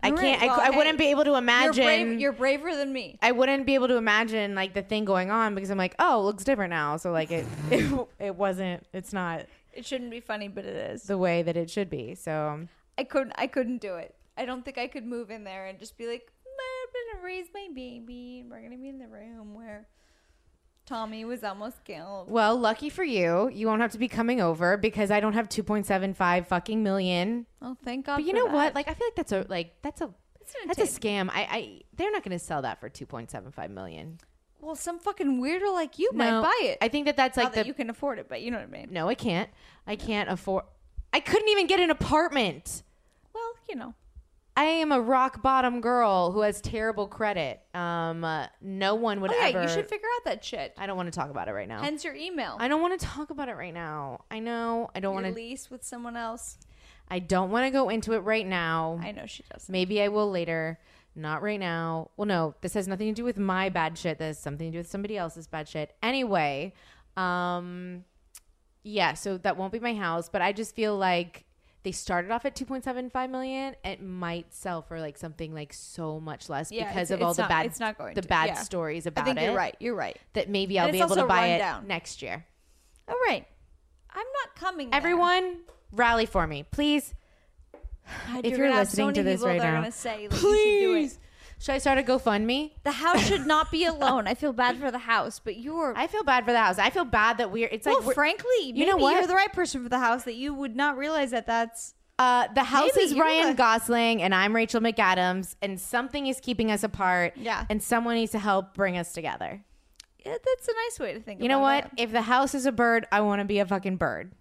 Speaker 2: I
Speaker 3: All right,
Speaker 2: can't. I,
Speaker 3: well,
Speaker 2: cou- I wouldn't be
Speaker 3: hey,
Speaker 2: able to
Speaker 3: You're,
Speaker 2: imagine.
Speaker 3: brave, you're braver than me.
Speaker 2: I wouldn't be able to imagine like the thing going on because I'm like, oh, it looks different now. So like it, it, it wasn't. It's not
Speaker 3: It shouldn't be funny, but it is.
Speaker 2: the way that it should be. So
Speaker 3: I couldn't. I couldn't do it. I don't think I could move in there and just be like, "I'm gonna raise my baby, and we're gonna be in the room where Tommy was almost killed."
Speaker 2: well, lucky for you, you won't have to be coming over because I don't have 2.75 fucking million.
Speaker 3: Oh, thank God!
Speaker 2: But you
Speaker 3: for
Speaker 2: know what?
Speaker 3: that.
Speaker 2: Like I feel like that's a like that's a
Speaker 3: an
Speaker 2: that's a scam. I, I they're not going to sell that for 2.75 million.
Speaker 3: well, some fucking weirdo like you
Speaker 2: No,
Speaker 3: might buy it.
Speaker 2: I think that that's
Speaker 3: Not
Speaker 2: like
Speaker 3: that
Speaker 2: the
Speaker 3: you can afford it, but you know what I mean.
Speaker 2: No, I can't. I can't afford. I couldn't even get an apartment.
Speaker 3: Well, you know,
Speaker 2: I am a rock bottom girl who has terrible credit. Um, uh, no one would
Speaker 3: Oh, yeah,
Speaker 2: ever.
Speaker 3: you should figure out that shit.
Speaker 2: I don't want to talk about it right now.
Speaker 3: Hence your email.
Speaker 2: I don't want to talk about it right now. I know. I don't
Speaker 3: Your
Speaker 2: want to.
Speaker 3: lease with someone else.
Speaker 2: I don't want to go into it right now.
Speaker 3: I know she does.
Speaker 2: Maybe I will later. Not right now. Well, no, this has nothing to do with my bad shit. This has something to do with somebody else's bad shit. Anyway, um, yeah, so that won't be my house, but I just feel like they started off at 2.75 million. It might sell for like something like so much less
Speaker 3: Yeah,
Speaker 2: because
Speaker 3: it's-
Speaker 2: of all
Speaker 3: it's
Speaker 2: the
Speaker 3: not-
Speaker 2: bad
Speaker 3: it's not going
Speaker 2: the
Speaker 3: to.
Speaker 2: bad
Speaker 3: Yeah.
Speaker 2: stories
Speaker 3: I
Speaker 2: about
Speaker 3: think
Speaker 2: it.
Speaker 3: you're right. You're right.
Speaker 2: That maybe
Speaker 3: And
Speaker 2: I'll
Speaker 3: it's
Speaker 2: be able to
Speaker 3: also
Speaker 2: buy
Speaker 3: run
Speaker 2: it
Speaker 3: down.
Speaker 2: next year.
Speaker 3: All right. I'm not coming. there.
Speaker 2: Everyone, rally for me, please.
Speaker 3: God,
Speaker 2: if
Speaker 3: gonna
Speaker 2: you're
Speaker 3: have
Speaker 2: listening
Speaker 3: so
Speaker 2: to
Speaker 3: many
Speaker 2: this
Speaker 3: people
Speaker 2: right
Speaker 3: that are
Speaker 2: now,
Speaker 3: gonna say, like, You should do
Speaker 2: please.
Speaker 3: it.
Speaker 2: Should I start a GoFundMe?
Speaker 3: The house should not be alone. I feel bad for the house, but you are.
Speaker 2: I feel bad for the house. I feel bad that we're. It's
Speaker 3: well,
Speaker 2: like we're,
Speaker 3: frankly,
Speaker 2: you know
Speaker 3: maybe
Speaker 2: what?
Speaker 3: You're the right person for the house that you would not realize that that's.
Speaker 2: uh, the house
Speaker 3: Maybe
Speaker 2: is
Speaker 3: you
Speaker 2: Ryan
Speaker 3: would.
Speaker 2: Gosling and I'm Rachel McAdams, and something is keeping us apart.
Speaker 3: Yeah.
Speaker 2: and someone needs to help bring us together.
Speaker 3: Yeah, that's a nice way to think.
Speaker 2: You know what?
Speaker 3: about it.
Speaker 2: If the house is a bird, I want to be a fucking bird.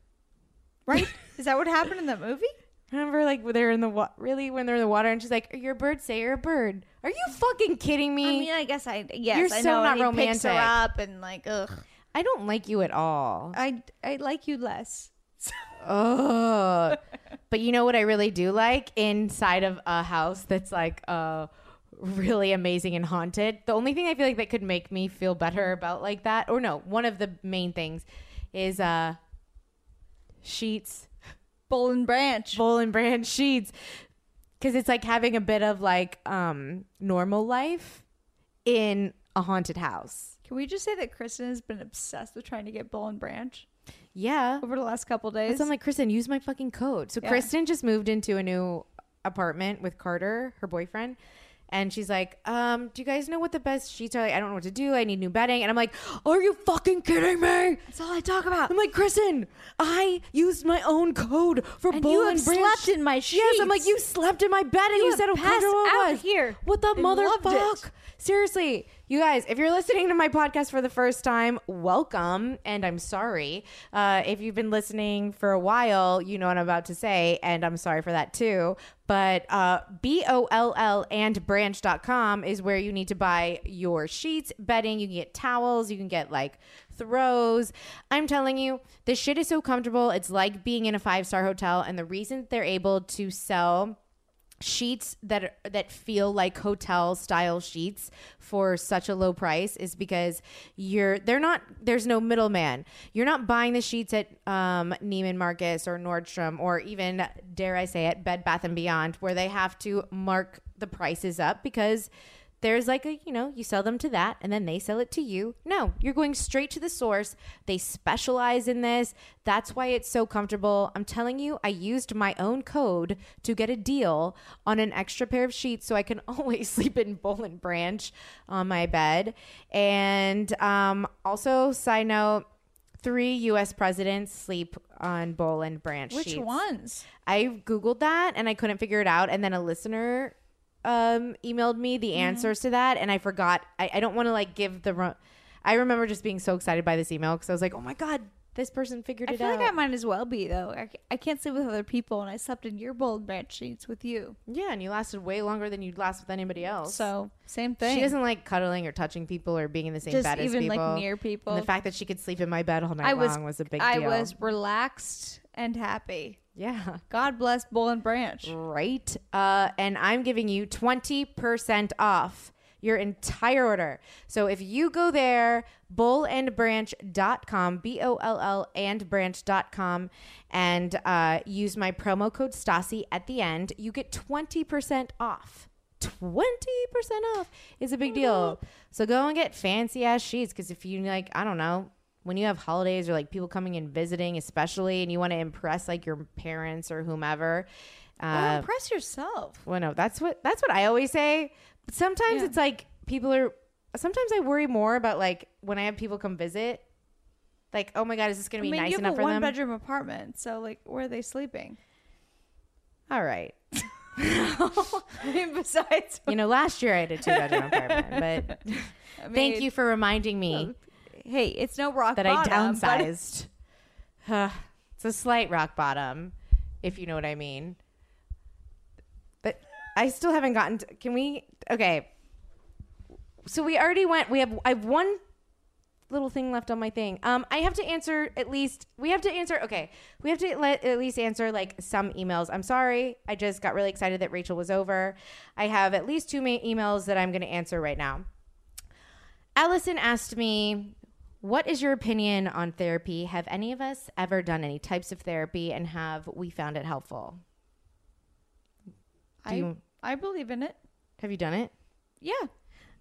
Speaker 3: Right? is that what happened in that movie?
Speaker 2: Remember, like they're in the wa- really when they're in the water, and she's like, "You're a bird. Say you're a bird." Are you fucking kidding me?
Speaker 3: I mean, I guess I. Yes,
Speaker 2: You're
Speaker 3: I
Speaker 2: so
Speaker 3: know, and
Speaker 2: not
Speaker 3: he picks her
Speaker 2: romantic.
Speaker 3: up and like, ugh.
Speaker 2: I don't like you at all.
Speaker 3: I I like you less.
Speaker 2: Oh, but you know what I really do like inside of a house that's like uh really amazing and haunted. The only thing I feel like that could make me feel better about like that, or no, one of the main things is uh sheets,
Speaker 3: Bowl and branch.
Speaker 2: Bolin brand sheets, because it's like having a bit of like um normal life in a haunted house.
Speaker 3: Can we just say that Kristen has been obsessed with trying to get Bowl and branch
Speaker 2: Yeah.
Speaker 3: over the last couple
Speaker 2: And
Speaker 3: days?
Speaker 2: so I'm like, Kristen, use my fucking code. So
Speaker 3: Yeah.
Speaker 2: Kristen just moved into a new apartment with Carter, her boyfriend. And she's like, um, do you guys know what the best sheets are? Like, I don't know what to do. I need new bedding. And I'm like, are you fucking kidding me?
Speaker 3: that's all I talk about.
Speaker 2: I'm like, Kristen, I used my own code for
Speaker 3: And
Speaker 2: Bowl
Speaker 3: you
Speaker 2: and
Speaker 3: have
Speaker 2: Branch.
Speaker 3: slept in my
Speaker 2: Yes, I'm like,
Speaker 3: sheets.
Speaker 2: you slept in my bed and
Speaker 3: You
Speaker 2: you,
Speaker 3: have
Speaker 2: said how
Speaker 3: passed
Speaker 2: comfortable I
Speaker 3: out
Speaker 2: was.
Speaker 3: here
Speaker 2: What the
Speaker 3: and loved it.
Speaker 2: motherfuck? Seriously, you guys, if you're listening to my podcast for the first time, welcome. And I'm sorry. Uh, if you've been listening for a while, you know what I'm about to say. And I'm sorry for that too. But uh, B O L L and branch.com is where you need to buy your sheets, bedding. You can get towels, you can get like throws. I'm telling you, this shit is so comfortable. It's like being in a five star hotel. And the reason that they're able to sell sheets that are, that feel like hotel style sheets for such a low price is because you're they're not there's no middleman. You're not buying the sheets at um, Neiman Marcus or Nordstrom or even dare I say it Bed Bath and Beyond where they have to mark the prices up because there's like a you know you sell them to that and then they sell it to you no you're going straight to the source they specialize in this that's why it's so comfortable i'm telling you i used my own code to get a deal on an extra pair of sheets so i can always sleep in bolin branch on my bed and um, also side note three us presidents sleep on bolin branch
Speaker 3: Which
Speaker 2: sheets.
Speaker 3: ones?
Speaker 2: I googled that and I couldn't figure it out, and then a listener um, emailed me
Speaker 3: Mm-hmm.
Speaker 2: the answers to that, and I forgot. I, I don't want to like give the. Ru- I remember just being so excited by this email because I was like, "Oh my god, this person figured
Speaker 3: I
Speaker 2: it
Speaker 3: feel
Speaker 2: out."
Speaker 3: like I might as well be though. I, ca- I can't sleep with other people, and I slept in your bowl and branch sheets with you.
Speaker 2: yeah, and you lasted way longer than you'd last with anybody else.
Speaker 3: So same thing.
Speaker 2: She doesn't like cuddling or touching people or being in the same
Speaker 3: Just
Speaker 2: bed as
Speaker 3: even, like,
Speaker 2: people.
Speaker 3: near people.
Speaker 2: And the fact that she could sleep in my bed all night
Speaker 3: I was,
Speaker 2: long was a big
Speaker 3: I
Speaker 2: deal.
Speaker 3: was relaxed and happy.
Speaker 2: yeah.
Speaker 3: God bless Bowl and Branch.
Speaker 2: Right. Uh, and I'm giving you 20% off your entire order. So if you go there, bullandbranch.com, B O L L and branch.com, and uh, use my promo code Stasi at the end, you get 20% off. 20% off is a big deal. So go and get fancy ass sheets because if you like, I don't know, when you have holidays or like people coming and visiting, especially, and you want to impress like your parents or whomever,
Speaker 3: Well,
Speaker 2: uh,
Speaker 3: Oh, impress yourself.
Speaker 2: well, no, that's what that's what I always say. But sometimes it's like people are. Sometimes I worry more about like when I have people come visit, like oh my god, is this gonna
Speaker 3: I
Speaker 2: be
Speaker 3: mean,
Speaker 2: nice
Speaker 3: you have
Speaker 2: enough
Speaker 3: a
Speaker 2: for them?
Speaker 3: one-bedroom apartment, so like, where are they sleeping?
Speaker 2: All right,
Speaker 3: I mean, besides,
Speaker 2: you know, last year I had a two bedroom apartment, but
Speaker 3: I mean,
Speaker 2: thank you for reminding me
Speaker 3: Hey, it's no rock
Speaker 2: that I
Speaker 3: bottom, but-
Speaker 2: downsized. Huh, it's a slight rock bottom, if you know what I mean. But I still haven't gotten. To, can we? Okay. So we already went. We have. I have one little thing left on my thing. Um, I have to answer at least. We have to answer. Okay, we have to let, at least answer like some emails. I'm sorry. I just got really excited that Rachel was over. I have at least two ma- emails that I'm going to answer right now. Allison asked me, What is your opinion on therapy? Have any of us ever done any types of therapy and have we found it helpful?
Speaker 3: I
Speaker 2: you-
Speaker 3: I believe in it.
Speaker 2: Have you done it?
Speaker 3: Yeah.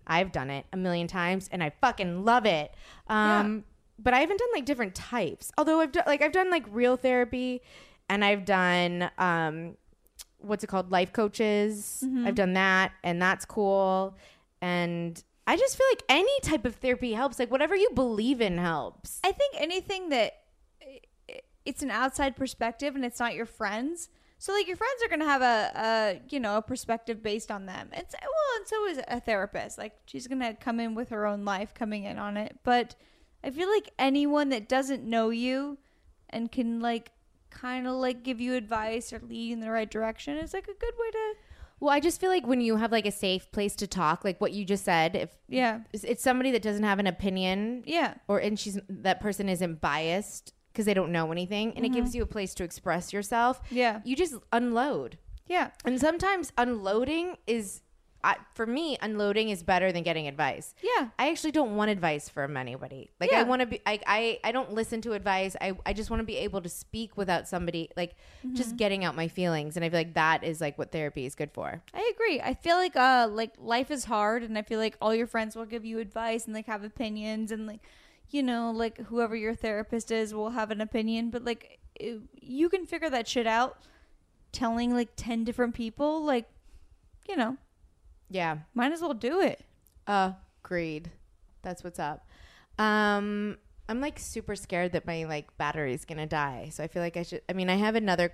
Speaker 2: I've done it a million times and I fucking love it. Um, But I haven't done like different types. Although I've done like I've done like real therapy, and I've done um, what's it called life coaches. I've done that, and that's cool. And I just feel like any type of therapy helps. Like whatever you believe in helps.
Speaker 3: I think anything that it's an outside perspective and it's not your friends. So like your friends are gonna have a, a you know a perspective based on them. It's well, and so is a therapist. Like she's gonna come in with her own life coming in on it. But I feel like anyone that doesn't know you and can like kind of like give you advice or lead in the right direction is like a good way to
Speaker 2: Well, I just feel like when you have like a safe place to talk, like what you just said, if
Speaker 3: yeah
Speaker 2: it's somebody that doesn't have an opinion
Speaker 3: yeah
Speaker 2: or and she's that person isn't biased because they don't know anything and it gives you a place to express yourself
Speaker 3: Mm-hmm. Yeah.
Speaker 2: you just unload
Speaker 3: yeah
Speaker 2: and sometimes unloading is I, for me unloading is better than getting advice
Speaker 3: Yeah.
Speaker 2: i actually don't want advice from anybody like i
Speaker 3: Yeah.
Speaker 2: want to be I, I i don't listen to advice i i just want to be able to speak without somebody like
Speaker 3: Mm-hmm.
Speaker 2: just getting out my feelings and i feel like that is like what therapy is good for
Speaker 3: I agree. I feel like uh like life is hard and I feel like all your friends will give you advice and like have opinions and like you know like whoever your therapist is will have an opinion but like it, you can figure that shit out telling like 10 different people like you know
Speaker 2: yeah
Speaker 3: might as well do it.
Speaker 2: Agreed. That's what's up. Um, I'm like super scared that my like battery's gonna die, so I feel like I should. I mean, I have another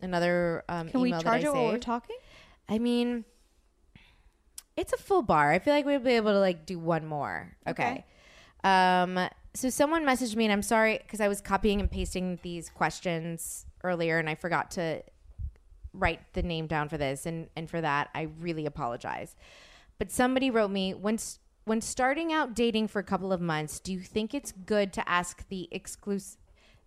Speaker 2: another um,
Speaker 3: Can we
Speaker 2: email
Speaker 3: charge
Speaker 2: that I
Speaker 3: it while we're
Speaker 2: saved.
Speaker 3: talking?
Speaker 2: I mean, it's a full bar. I feel like we'll be able to like do one more. Okay. Um, so someone messaged me, and I'm sorry because I was copying and pasting these questions earlier, and I forgot to write the name down for this, and and for that, I really apologize. But somebody wrote me when s- when starting out dating for a couple of months, do you think it's good to ask the exclusive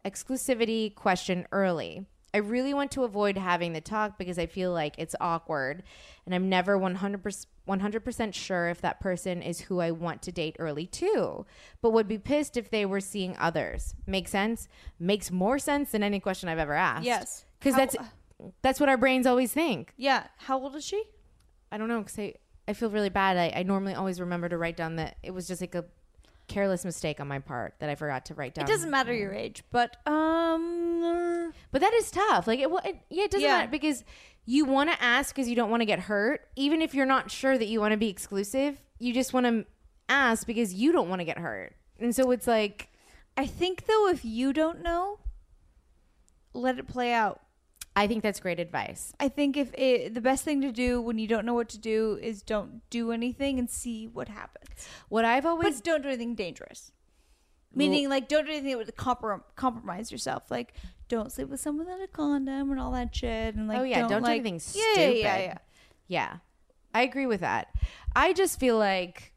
Speaker 2: exclusivity question early? I really want to avoid having the talk because I feel like it's awkward and I'm never 100% 100% sure if that person is who I want to date early too, but would be pissed if they were seeing others. Make sense? Makes more sense than any question I've ever asked.
Speaker 3: Yes.
Speaker 2: Cuz
Speaker 3: How-
Speaker 2: that's that's what our brains always think.
Speaker 3: Yeah. How old is she?
Speaker 2: I don't know because I, I feel really bad. I, I normally always remember to write down that it was just like a careless mistake on my part that I forgot to write down.
Speaker 3: It doesn't matter
Speaker 2: Mm-hmm.
Speaker 3: your age, but um
Speaker 2: but that is tough. Like it, wa- it yeah, it doesn't
Speaker 3: Yeah.
Speaker 2: matter because you want to ask because you don't want to get hurt, even if you're not sure that you want to be exclusive. You just want to ask because you don't want to get hurt, and so it's like
Speaker 3: I think though if you don't know let it play out.
Speaker 2: I think that's great advice.
Speaker 3: I think if it, the best thing to do when you don't know what to do is don't do anything and see what happens.
Speaker 2: What I've always
Speaker 3: But don't do anything dangerous. Meaning, like, don't do anything that would comprom- compromise yourself. Like, don't sleep with someone without a condom and all that shit. And like,
Speaker 2: oh yeah, don't, do
Speaker 3: like-
Speaker 2: anything
Speaker 3: Yeah,
Speaker 2: stupid.
Speaker 3: Yeah, yeah, yeah.
Speaker 2: Yeah. I agree with that. I just feel like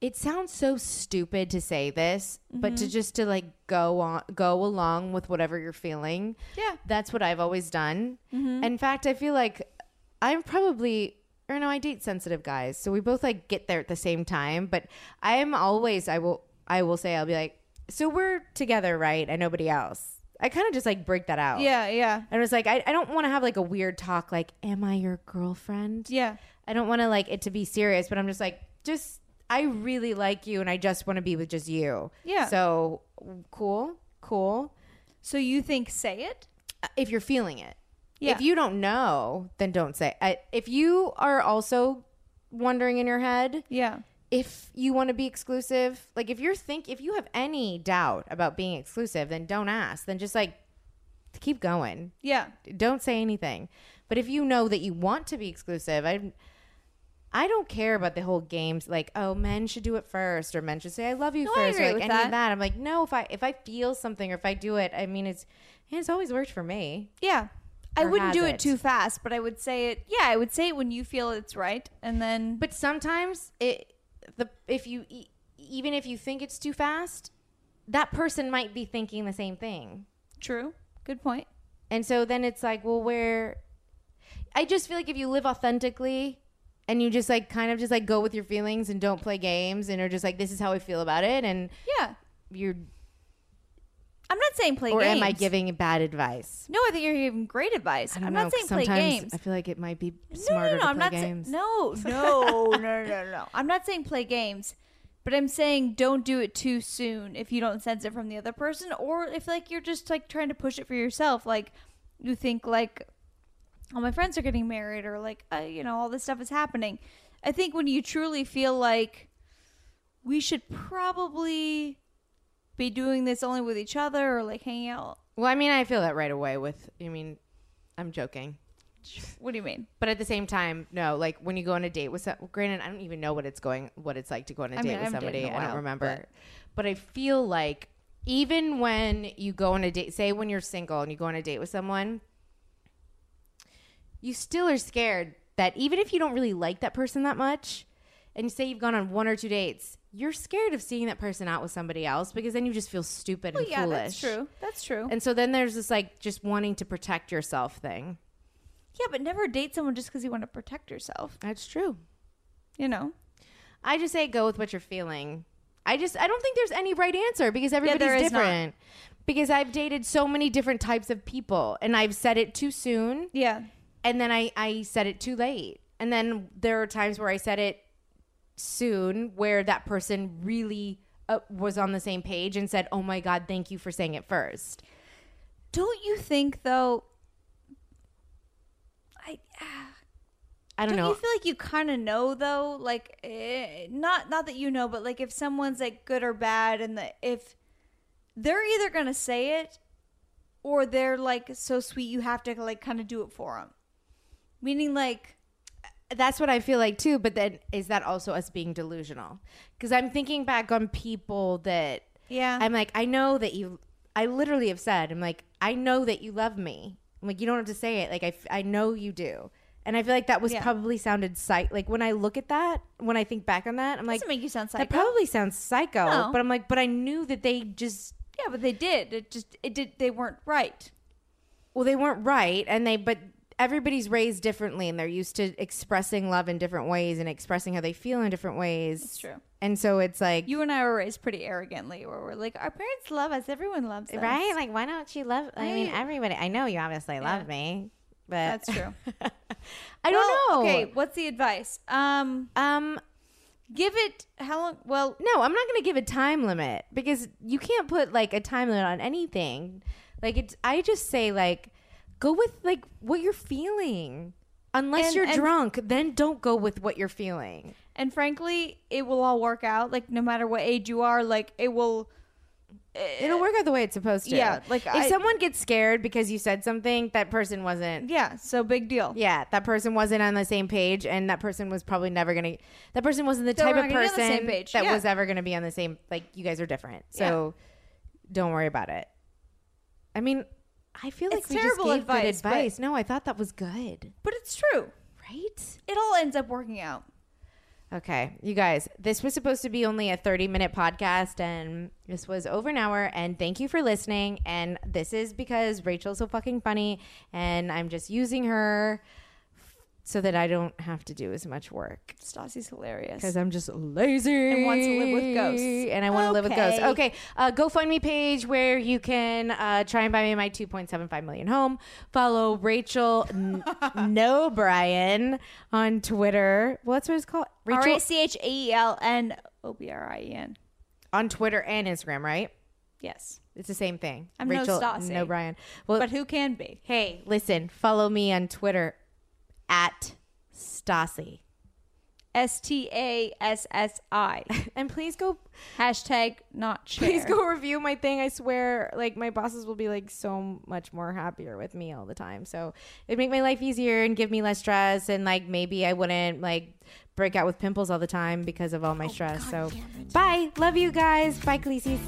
Speaker 2: it sounds so stupid to say this, but to just to like go on go along with whatever you're feeling.
Speaker 3: Yeah.
Speaker 2: That's what I've always done. In fact, I feel like I'm probably or no, I date sensitive guys. So we both like get there at the same time, but I am always I will I will say I'll be like, "So we're together, right? And nobody else." I kind of just like break that out.
Speaker 3: Yeah, yeah,
Speaker 2: And it was like, I, I don't want to have like a weird talk like, am I your girlfriend?
Speaker 3: yeah.
Speaker 2: I don't want to like it to be serious, but I'm just like, just, I really like you and I just want to be with just you.
Speaker 3: Yeah.
Speaker 2: So cool, cool.
Speaker 3: So you think say it?
Speaker 2: Uh, If you're feeling it.
Speaker 3: Yeah.
Speaker 2: If you don't know, then don't say. I, if you are also wondering in your head
Speaker 3: Yeah,
Speaker 2: if you want to be exclusive, like if you're think if you have any doubt about being exclusive, then don't ask. Then just like keep going.
Speaker 3: yeah.
Speaker 2: don't say anything. But if you know that you want to be exclusive, I I don't care about the whole games like oh men should do it first or men should say I love you
Speaker 3: No, I
Speaker 2: first or
Speaker 3: agree
Speaker 2: like
Speaker 3: with
Speaker 2: any of
Speaker 3: that.
Speaker 2: that. I'm like no if I if I feel something or if I do it, I mean it's it's always worked for me.
Speaker 3: Yeah. I
Speaker 2: or has
Speaker 3: wouldn't do it too fast, but I would say it. Yeah, I would say it when you feel it's right, and then.
Speaker 2: But sometimes it the if you e- even if you think it's too fast, that person might be thinking the same thing.
Speaker 3: true, good point.
Speaker 2: And so then it's like, well, where I just feel like if you live authentically and you just like kind of just like go with your feelings and don't play games and are just like this is how I feel about it and
Speaker 3: Yeah,
Speaker 2: you're
Speaker 3: I'm not saying play
Speaker 2: or
Speaker 3: games.
Speaker 2: am I giving bad advice?
Speaker 3: No, I think you're giving great advice.
Speaker 2: I don't
Speaker 3: I'm
Speaker 2: know,
Speaker 3: not
Speaker 2: 'cause
Speaker 3: saying play
Speaker 2: sometimes
Speaker 3: games.
Speaker 2: I feel like it might be
Speaker 3: No,
Speaker 2: smarter
Speaker 3: no, no.
Speaker 2: to
Speaker 3: I'm
Speaker 2: play
Speaker 3: not saying
Speaker 2: games.
Speaker 3: no, no, no, no, no, no. I'm not saying play games, but I'm saying don't do it too soon if you don't sense it from the other person, or if like you're just like trying to push it for yourself, like you think like, oh, my friends are getting married, or like uh, you know all this stuff is happening. I think when you truly feel like we should probably be doing this only with each other, or like hanging out.
Speaker 2: Well, I mean, I feel that right away with I mean, I'm joking.
Speaker 3: What do you mean?
Speaker 2: But at the same time, no. Like when you go on a date with some, granted, I don't even know what it's going, what it's like to go on a
Speaker 3: I
Speaker 2: date
Speaker 3: mean, I
Speaker 2: with
Speaker 3: haven't dated
Speaker 2: somebody.
Speaker 3: in a
Speaker 2: I
Speaker 3: while,
Speaker 2: don't remember. But I feel like even when you go on a date, say when you're single and you go on a date with someone, you still are scared that even if you don't really like that person that much, and say you've gone on one or two dates, you're scared of seeing that person out with somebody else because then you just feel stupid and
Speaker 3: Oh, Yeah,
Speaker 2: foolish.
Speaker 3: that's true. That's true.
Speaker 2: And so then there's this like just wanting to protect yourself thing.
Speaker 3: yeah, but never date someone just because you want to protect yourself.
Speaker 2: That's true.
Speaker 3: You know.
Speaker 2: I just say go with what you're feeling. I just I don't think there's any right answer because everybody's
Speaker 3: there is not.
Speaker 2: different. Because I've dated so many different types of people and I've said it too soon
Speaker 3: Yeah.
Speaker 2: and then I, I said it too late. And then there are times where I said it soon where that person really uh, was on the same page and said, "Oh my god, thank you for saying it first.
Speaker 3: Don't you think though? I
Speaker 2: I don't,
Speaker 3: don't
Speaker 2: know.
Speaker 3: you feel like you kind of know though, like eh, not not that you know, but like if someone's like good or bad, and the if they're either gonna say it or they're like so sweet, you have to like kind of do it for them. Meaning like
Speaker 2: that's what I feel like too. But then is that also us being delusional? Because I'm thinking back on people that
Speaker 3: yeah,
Speaker 2: I'm like, I know that you, I literally have said, I'm like, I know that you love me. I'm like, you don't have to say it. Like, I, f- I know you do. And I feel like that was
Speaker 3: Yeah.
Speaker 2: probably sounded psych. Like, when I look at that, when I think back on that, I'm like,
Speaker 3: doesn't make you sound
Speaker 2: that
Speaker 3: psycho.
Speaker 2: probably sounds psycho.
Speaker 3: No.
Speaker 2: But I'm like, but I knew that they just,
Speaker 3: yeah, but they did. It just it did. They weren't right.
Speaker 2: well, they weren't right. And they, but everybody's raised differently and they're used to expressing love in different ways and expressing how they feel in different ways. That's
Speaker 3: true.
Speaker 2: And so it's like,
Speaker 3: You and I were raised pretty arrogantly, where we're like, our parents love us, everyone loves us,
Speaker 2: right? Like, why don't you love, I mean,
Speaker 3: Right.
Speaker 2: everybody, I know you obviously love me. But
Speaker 3: That's true.
Speaker 2: I
Speaker 3: Well,
Speaker 2: don't know.
Speaker 3: Okay, what's the advice? Um,
Speaker 2: Um.
Speaker 3: give it how long? Well,
Speaker 2: No, I'm not going to give a time limit because you can't put like a time limit on anything. Like it's. I just say like, go with like what you're feeling. Unless
Speaker 3: And-
Speaker 2: you're
Speaker 3: and-
Speaker 2: drunk, then don't go with what you're feeling.
Speaker 3: and frankly, it will all work out. Like no matter what age you are, like it will.
Speaker 2: It'll work out the way it's supposed to.
Speaker 3: Eh, Yeah, like,
Speaker 2: if
Speaker 3: I-
Speaker 2: someone gets scared because you said something, that person wasn't.
Speaker 3: Yeah, so big deal.
Speaker 2: Yeah, that person wasn't on the same page, and that person was probably never gonna. That person wasn't the
Speaker 3: They
Speaker 2: type
Speaker 3: were
Speaker 2: of
Speaker 3: not gonna be on
Speaker 2: person
Speaker 3: the same page,
Speaker 2: that
Speaker 3: yeah.
Speaker 2: was ever gonna be on the same. Like you guys are different, so don't worry about it. I mean, I feel like
Speaker 3: It's
Speaker 2: we just
Speaker 3: terrible
Speaker 2: gave good
Speaker 3: advice, but-
Speaker 2: advice. No, I thought that was good,
Speaker 3: But it's true.
Speaker 2: right?
Speaker 3: It all ends up working out.
Speaker 2: Okay, you guys, this was supposed to be only a thirty-minute podcast, and this was over an hour. And thank you for listening. And this is because Rachel's so fucking funny, and I'm just using her so that I don't have to do as much work.
Speaker 3: Stassi's hilarious.
Speaker 2: because I'm just lazy
Speaker 3: And wants to live with ghosts.
Speaker 2: and I want to live with ghosts.
Speaker 3: Okay.
Speaker 2: Okay, uh, GoFundMe page where you can uh, try and buy me my 2.75 million home. Follow Rachel N- No Brian on Twitter. Well, that's what it's called.
Speaker 3: R
Speaker 2: Rachel
Speaker 3: a c h a e l n o b r i e n.
Speaker 2: on Twitter and Instagram, right?
Speaker 3: Yes,
Speaker 2: It's the same thing.
Speaker 3: I'm no
Speaker 2: Rachel
Speaker 3: Stassi.
Speaker 2: No Brian. Well,
Speaker 3: but who can be?
Speaker 2: hey, listen, follow me on Twitter at Stassi,
Speaker 3: S T A S S I.
Speaker 2: and please go
Speaker 3: Hashtag not share.
Speaker 2: Please go review my thing. I swear, like my bosses will be like so much more happier with me all the time. So it'd make my life easier and give me less stress. And like maybe I wouldn't like Oh, break out with pimples all the time because of all my stress. so bye. Love you guys. Bye, Khaleesi.